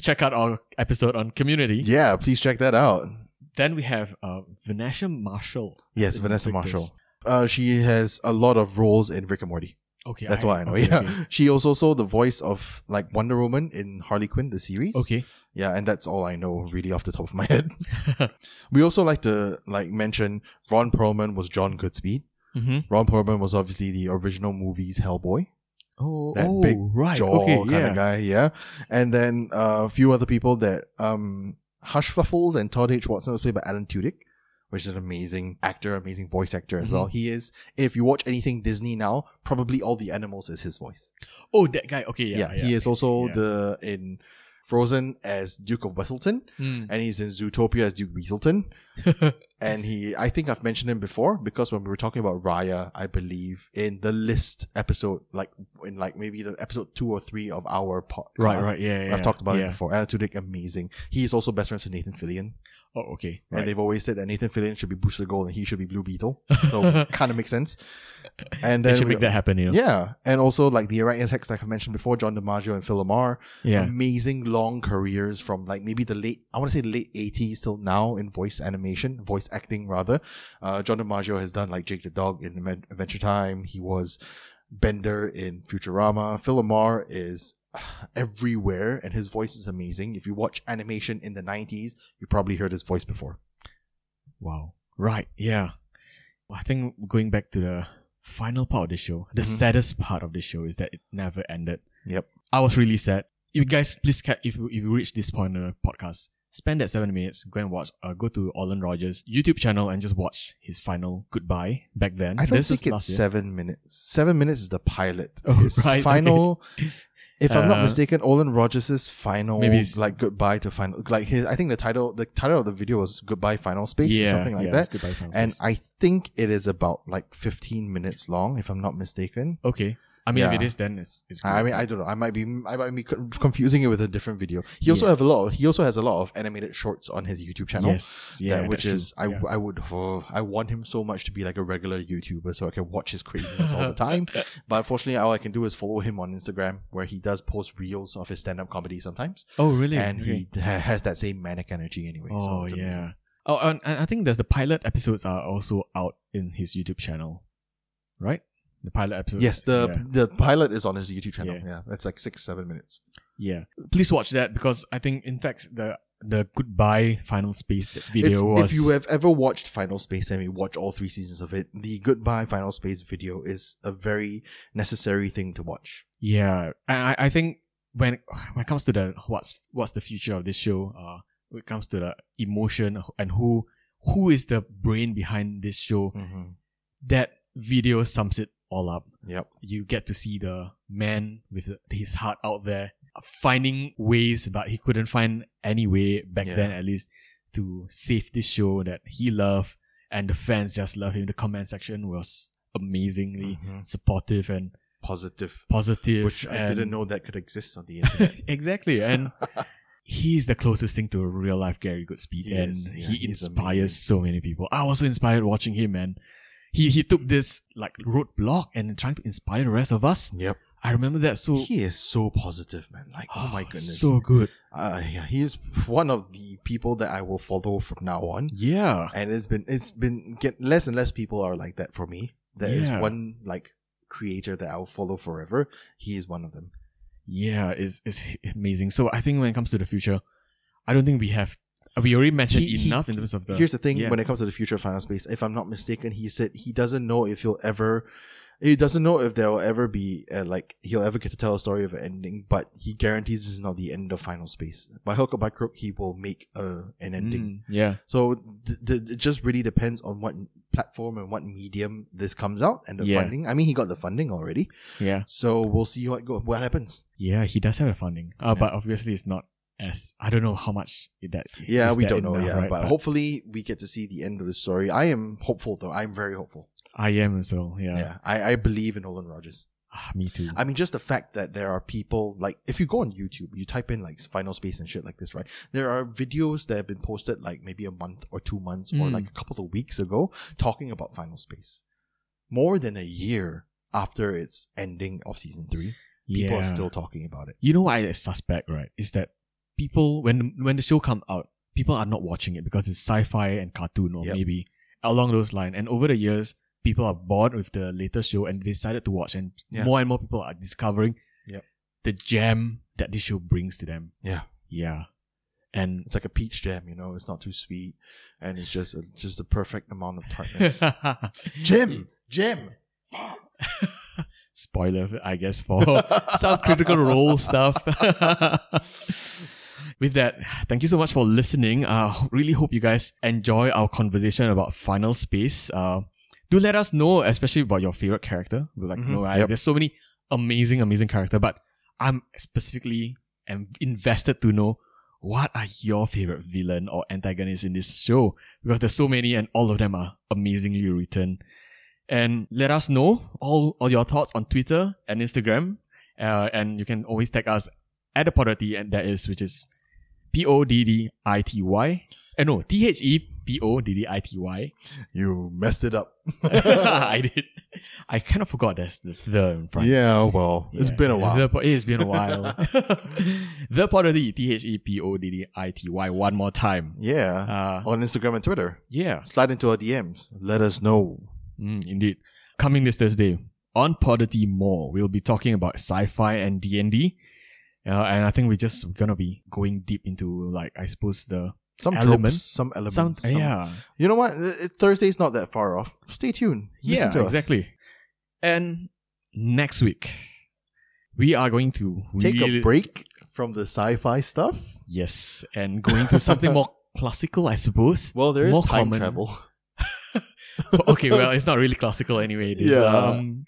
[SPEAKER 1] Check out our episode on Community.
[SPEAKER 2] Yeah, please check that out.
[SPEAKER 1] Then we have uh, Vanessa Marshall. as
[SPEAKER 2] Yes, Vanessa
[SPEAKER 1] Invictus.
[SPEAKER 2] Marshall. Uh, she has a lot of roles in Rick and Morty.
[SPEAKER 1] Okay,
[SPEAKER 2] That's why I know.
[SPEAKER 1] okay,
[SPEAKER 2] yeah, she also saw the voice of like Wonder Woman in Harley Quinn the series.
[SPEAKER 1] Okay.
[SPEAKER 2] Yeah, and that's all I know really off the top of my head.
[SPEAKER 1] okay.
[SPEAKER 2] We also like to like mention Ron Perlman was John Goodspeed.
[SPEAKER 1] hmm
[SPEAKER 2] Ron Perlman was obviously the original movie's Hellboy,
[SPEAKER 1] Oh,
[SPEAKER 2] that
[SPEAKER 1] oh,
[SPEAKER 2] big
[SPEAKER 1] right.
[SPEAKER 2] jaw
[SPEAKER 1] okay,
[SPEAKER 2] kind
[SPEAKER 1] yeah.
[SPEAKER 2] of guy, yeah. And then uh, a few other people that um, Hush Fluffles and Todd H. Watson was played by Alan Tudyk, which is an amazing actor, amazing voice actor as
[SPEAKER 1] Mm-hmm.
[SPEAKER 2] well. He is. If you watch anything Disney now, probably all the animals is his voice.
[SPEAKER 1] Oh, that guy. Okay, yeah. yeah,
[SPEAKER 2] he is also
[SPEAKER 1] yeah.
[SPEAKER 2] the in Frozen as Duke of Wesselton,
[SPEAKER 1] Mm.
[SPEAKER 2] and he's in Zootopia as Duke Weaselton. and he, I think I've mentioned him before because when we were talking about Raya, I believe in the list episode, like in like maybe the episode two or three of our podcast.
[SPEAKER 1] Right, right. Yeah, yeah,
[SPEAKER 2] I've
[SPEAKER 1] yeah.
[SPEAKER 2] talked about
[SPEAKER 1] yeah.
[SPEAKER 2] it before. Alan Tudyk, amazing. He is also best friends with Nathan Fillion,
[SPEAKER 1] Oh, okay.
[SPEAKER 2] and
[SPEAKER 1] Right.
[SPEAKER 2] they've always said that Nathan Fillion should be Booster Gold and he should be Blue Beetle. So kind of makes sense. And
[SPEAKER 1] They
[SPEAKER 2] then
[SPEAKER 1] should
[SPEAKER 2] we-
[SPEAKER 1] make that happen, you know.
[SPEAKER 2] yeah, and also like the Iraqi sex, like I mentioned before, John DiMaggio and Phil Lamar,
[SPEAKER 1] Yeah.
[SPEAKER 2] Mm. amazing long careers from like maybe the late I want to say late eighties till now in voice animation, voice acting rather. Uh, John DiMaggio has done like Jake the Dog in Aven- Adventure Time. He was Bender in Futurama. Phil Lamar is everywhere, and his voice is amazing. If you watch animation in the nineties, you probably heard his voice before.
[SPEAKER 1] Wow. Right. Yeah. Well, I think going back to the final part of the show, the
[SPEAKER 2] Mhm.
[SPEAKER 1] saddest part of the show is that it never ended.
[SPEAKER 2] Yep.
[SPEAKER 1] I was really sad. You guys, please, ca- if, if you reach this point in the podcast, spend that seven minutes, go and watch, uh, go to Orlan Rogers' YouTube channel and just watch his final goodbye back then.
[SPEAKER 2] I don't
[SPEAKER 1] This was
[SPEAKER 2] think it's
[SPEAKER 1] last year.
[SPEAKER 2] seven minutes. Seven minutes is the pilot.
[SPEAKER 1] Oh,
[SPEAKER 2] His
[SPEAKER 1] right,
[SPEAKER 2] Final. If I'm not
[SPEAKER 1] Uh,
[SPEAKER 2] mistaken, Olin Rogers' final,
[SPEAKER 1] Maybe it's-
[SPEAKER 2] like goodbye to final, like his. I think the title, the title of the video was "Goodbye Final Space" or something like
[SPEAKER 1] yeah, it's
[SPEAKER 2] that.
[SPEAKER 1] Goodbye Final
[SPEAKER 2] And
[SPEAKER 1] Space.
[SPEAKER 2] I think it is about like 15 minutes long, if I'm not mistaken.
[SPEAKER 1] okay. I mean, if it
[SPEAKER 2] Yeah.
[SPEAKER 1] is, then it's, it's good.
[SPEAKER 2] I I mean, I don't know. I might be, I might be co- confusing it with a different video. He also
[SPEAKER 1] Yeah.
[SPEAKER 2] have a lot. Of, he also has a lot of animated shorts on his YouTube channel.
[SPEAKER 1] Yes.
[SPEAKER 2] Yeah,
[SPEAKER 1] Yeah.
[SPEAKER 2] which
[SPEAKER 1] that's
[SPEAKER 2] is
[SPEAKER 1] true.
[SPEAKER 2] I,
[SPEAKER 1] Yeah.
[SPEAKER 2] I would oh, I want him so much to be like a regular YouTuber so I can watch his craziness all the time. But unfortunately, all I can do is follow him on Instagram where he does post reels of his stand up comedy sometimes,
[SPEAKER 1] Oh, really?
[SPEAKER 2] and
[SPEAKER 1] Okay.
[SPEAKER 2] he ha- has that same manic energy anyway. so
[SPEAKER 1] Oh
[SPEAKER 2] it's
[SPEAKER 1] yeah.
[SPEAKER 2] amazing.
[SPEAKER 1] Oh, and, and I think there's the pilot episodes are also out in his YouTube channel, right? The pilot episode.
[SPEAKER 2] Yes, the
[SPEAKER 1] yeah.
[SPEAKER 2] the pilot is on his YouTube channel.
[SPEAKER 1] Yeah.
[SPEAKER 2] Yeah. that's like six seven minutes.
[SPEAKER 1] Yeah. Please watch that because I think, in fact, the the goodbye final space video
[SPEAKER 2] It's-
[SPEAKER 1] was.
[SPEAKER 2] If you have ever watched Final Space and we watch all three seasons of it, the goodbye Final Space video is a very necessary thing to watch.
[SPEAKER 1] yeah, and I I think when when it comes to the what's what's the future of this show, uh, when it comes to the emotion and who who is the brain behind this show,
[SPEAKER 2] Mm-hmm.
[SPEAKER 1] that video sums it all up.
[SPEAKER 2] Yep.
[SPEAKER 1] you get to see the man with his heart out there finding ways, but he couldn't find any way back
[SPEAKER 2] Yeah.
[SPEAKER 1] then, at least, to save this show that he loved, and the fans just love him. The comment section was amazingly
[SPEAKER 2] Mhm.
[SPEAKER 1] supportive and
[SPEAKER 2] positive,
[SPEAKER 1] positive.
[SPEAKER 2] which I
[SPEAKER 1] and-
[SPEAKER 2] didn't know that could exist on the internet.
[SPEAKER 1] Exactly. And he's the closest thing to a real life Gary Goodspeed.
[SPEAKER 2] He
[SPEAKER 1] and
[SPEAKER 2] is, yeah,
[SPEAKER 1] he
[SPEAKER 2] he's
[SPEAKER 1] inspires
[SPEAKER 2] amazing.
[SPEAKER 1] so many people. I was so inspired watching him, man. He he took this like roadblock and trying to inspire the rest of us.
[SPEAKER 2] yep,
[SPEAKER 1] I remember that so
[SPEAKER 2] he is so positive, man. Like, oh my goodness,
[SPEAKER 1] So good.
[SPEAKER 2] uh, yeah, he is one of the people that I will follow from now on.
[SPEAKER 1] Yeah.
[SPEAKER 2] and it's been it's been get less and less people are like that for me. There is
[SPEAKER 1] Yeah.
[SPEAKER 2] one like creator that I'll follow forever. He is one of them.
[SPEAKER 1] Yeah, it's it's amazing. So I think when it comes to the future, I don't think we have we already mentioned
[SPEAKER 2] He- he-
[SPEAKER 1] enough in terms of the
[SPEAKER 2] Here's the thing:
[SPEAKER 1] yeah.
[SPEAKER 2] when it comes to the future of Final Space, if I'm not mistaken, he said he doesn't know if he'll ever. He doesn't know if there will ever be uh, like he'll ever get to tell a story of an ending, but he guarantees this is not the end of Final Space. By hook or by crook, he will make uh, an ending.
[SPEAKER 1] Mm, yeah.
[SPEAKER 2] So th- th- it just really depends on what platform and what medium this comes out and the
[SPEAKER 1] Yeah.
[SPEAKER 2] funding. I mean, he got the funding already,
[SPEAKER 1] Yeah.
[SPEAKER 2] so we'll see what go- what happens.
[SPEAKER 1] Yeah, he does have the funding. Uh,
[SPEAKER 2] Yeah.
[SPEAKER 1] but obviously it's not as I don't know how much that
[SPEAKER 2] Yeah,
[SPEAKER 1] is
[SPEAKER 2] we
[SPEAKER 1] that
[SPEAKER 2] don't
[SPEAKER 1] in
[SPEAKER 2] know.
[SPEAKER 1] now,
[SPEAKER 2] yeah,
[SPEAKER 1] right?
[SPEAKER 2] but hopefully we get to see the end of the story. I am hopeful though. I'm very hopeful.
[SPEAKER 1] I am as well. Yeah.
[SPEAKER 2] Yeah, I, I believe in Nolan Rogers.
[SPEAKER 1] Ah, me too.
[SPEAKER 2] I mean, just the fact that there are people like if you go on YouTube, you type in like Final Space and shit like this, right? There are videos that have been posted like maybe a month or two months or
[SPEAKER 1] Mm.
[SPEAKER 2] like a couple of weeks ago talking about Final Space. More than a year after its ending of season three, people are
[SPEAKER 1] Yeah.
[SPEAKER 2] still talking about it.
[SPEAKER 1] You know what I suspect, right? Is that people when when the show come out, people are not watching it because it's sci-fi and cartoon or
[SPEAKER 2] Yep.
[SPEAKER 1] maybe along those lines. And over the years, people are bored with the latest show and decided to watch. And
[SPEAKER 2] Yeah.
[SPEAKER 1] more and more people are discovering
[SPEAKER 2] Yep.
[SPEAKER 1] the gem that this show brings to them.
[SPEAKER 2] Yeah.
[SPEAKER 1] Yeah. And
[SPEAKER 2] It's like a peach jam, you know. It's not too sweet, and it's just a, just the perfect amount of tartness. Jim, Jim.
[SPEAKER 1] spoiler, I guess, for some critical role stuff. With that, thank you so much for listening. Uh, really hope you guys enjoy our conversation about Final Space. Uh, do let us know, especially about your favorite character. We're like,
[SPEAKER 2] Mhm.
[SPEAKER 1] no, I-
[SPEAKER 2] Yep.
[SPEAKER 1] there's so many amazing, amazing character, but I'm specifically am invested to know what are your favorite villain or antagonist in this show because there's so many and all of them are amazingly written. And let us know all, all your thoughts on Twitter and Instagram. Uh, and you can always tag us at the Podity, and that is, which is P O D D I T Y. Uh, no, T H E P O D D I T Y.
[SPEAKER 2] You messed it up.
[SPEAKER 1] I did. I kind of forgot that's the, the in front.
[SPEAKER 2] Yeah, well, it's
[SPEAKER 1] Yeah.
[SPEAKER 2] been a while.
[SPEAKER 1] The po- it's been a while. the Podity, T H E P O D D I T Y, one more time.
[SPEAKER 2] yeah.
[SPEAKER 1] Uh,
[SPEAKER 2] on Instagram and Twitter.
[SPEAKER 1] yeah.
[SPEAKER 2] Slide into our DMs. Let us know.
[SPEAKER 1] Mm, indeed. Coming this Thursday on Podity More, we'll be talking about sci-fi and D and D, Uh, and I think we're just gonna be going deep into like I suppose the
[SPEAKER 2] Some
[SPEAKER 1] Elements.
[SPEAKER 2] tropes, some elements.
[SPEAKER 1] sound.
[SPEAKER 2] some-
[SPEAKER 1] yeah,
[SPEAKER 2] You know what? Uh, Thursday's not that far off. Stay tuned. Listen
[SPEAKER 1] yeah,
[SPEAKER 2] to us.
[SPEAKER 1] exactly. And next week, we are going to
[SPEAKER 2] Take
[SPEAKER 1] really-
[SPEAKER 2] a break from the sci-fi stuff.
[SPEAKER 1] Yes, and going to something more classical, I suppose.
[SPEAKER 2] Well, there is
[SPEAKER 1] More
[SPEAKER 2] time
[SPEAKER 1] common.
[SPEAKER 2] travel.
[SPEAKER 1] okay, well, it's not really classical anyway. It is
[SPEAKER 2] Yeah.
[SPEAKER 1] um,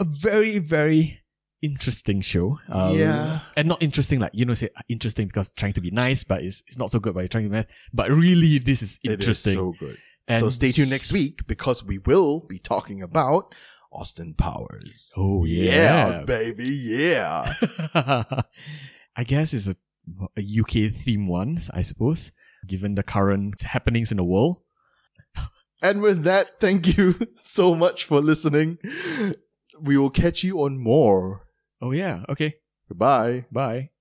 [SPEAKER 1] a very, very interesting show. Um,
[SPEAKER 2] Yeah.
[SPEAKER 1] And not interesting, like, you know, say uh, interesting because trying to be nice, but it's, it's not so good by trying to be nice. But really, this is
[SPEAKER 2] It is
[SPEAKER 1] interesting.
[SPEAKER 2] so good.
[SPEAKER 1] and
[SPEAKER 2] so stay tuned next week because we will be talking about Austin Powers.
[SPEAKER 1] Oh,
[SPEAKER 2] yeah,
[SPEAKER 1] yeah.
[SPEAKER 2] baby, yeah.
[SPEAKER 1] I guess it's a, a UK theme one, I suppose, given the current happenings in the world.
[SPEAKER 2] And with that, thank you so much for listening. We will catch you on more.
[SPEAKER 1] Oh, yeah. Okay.
[SPEAKER 2] Goodbye.
[SPEAKER 1] Bye.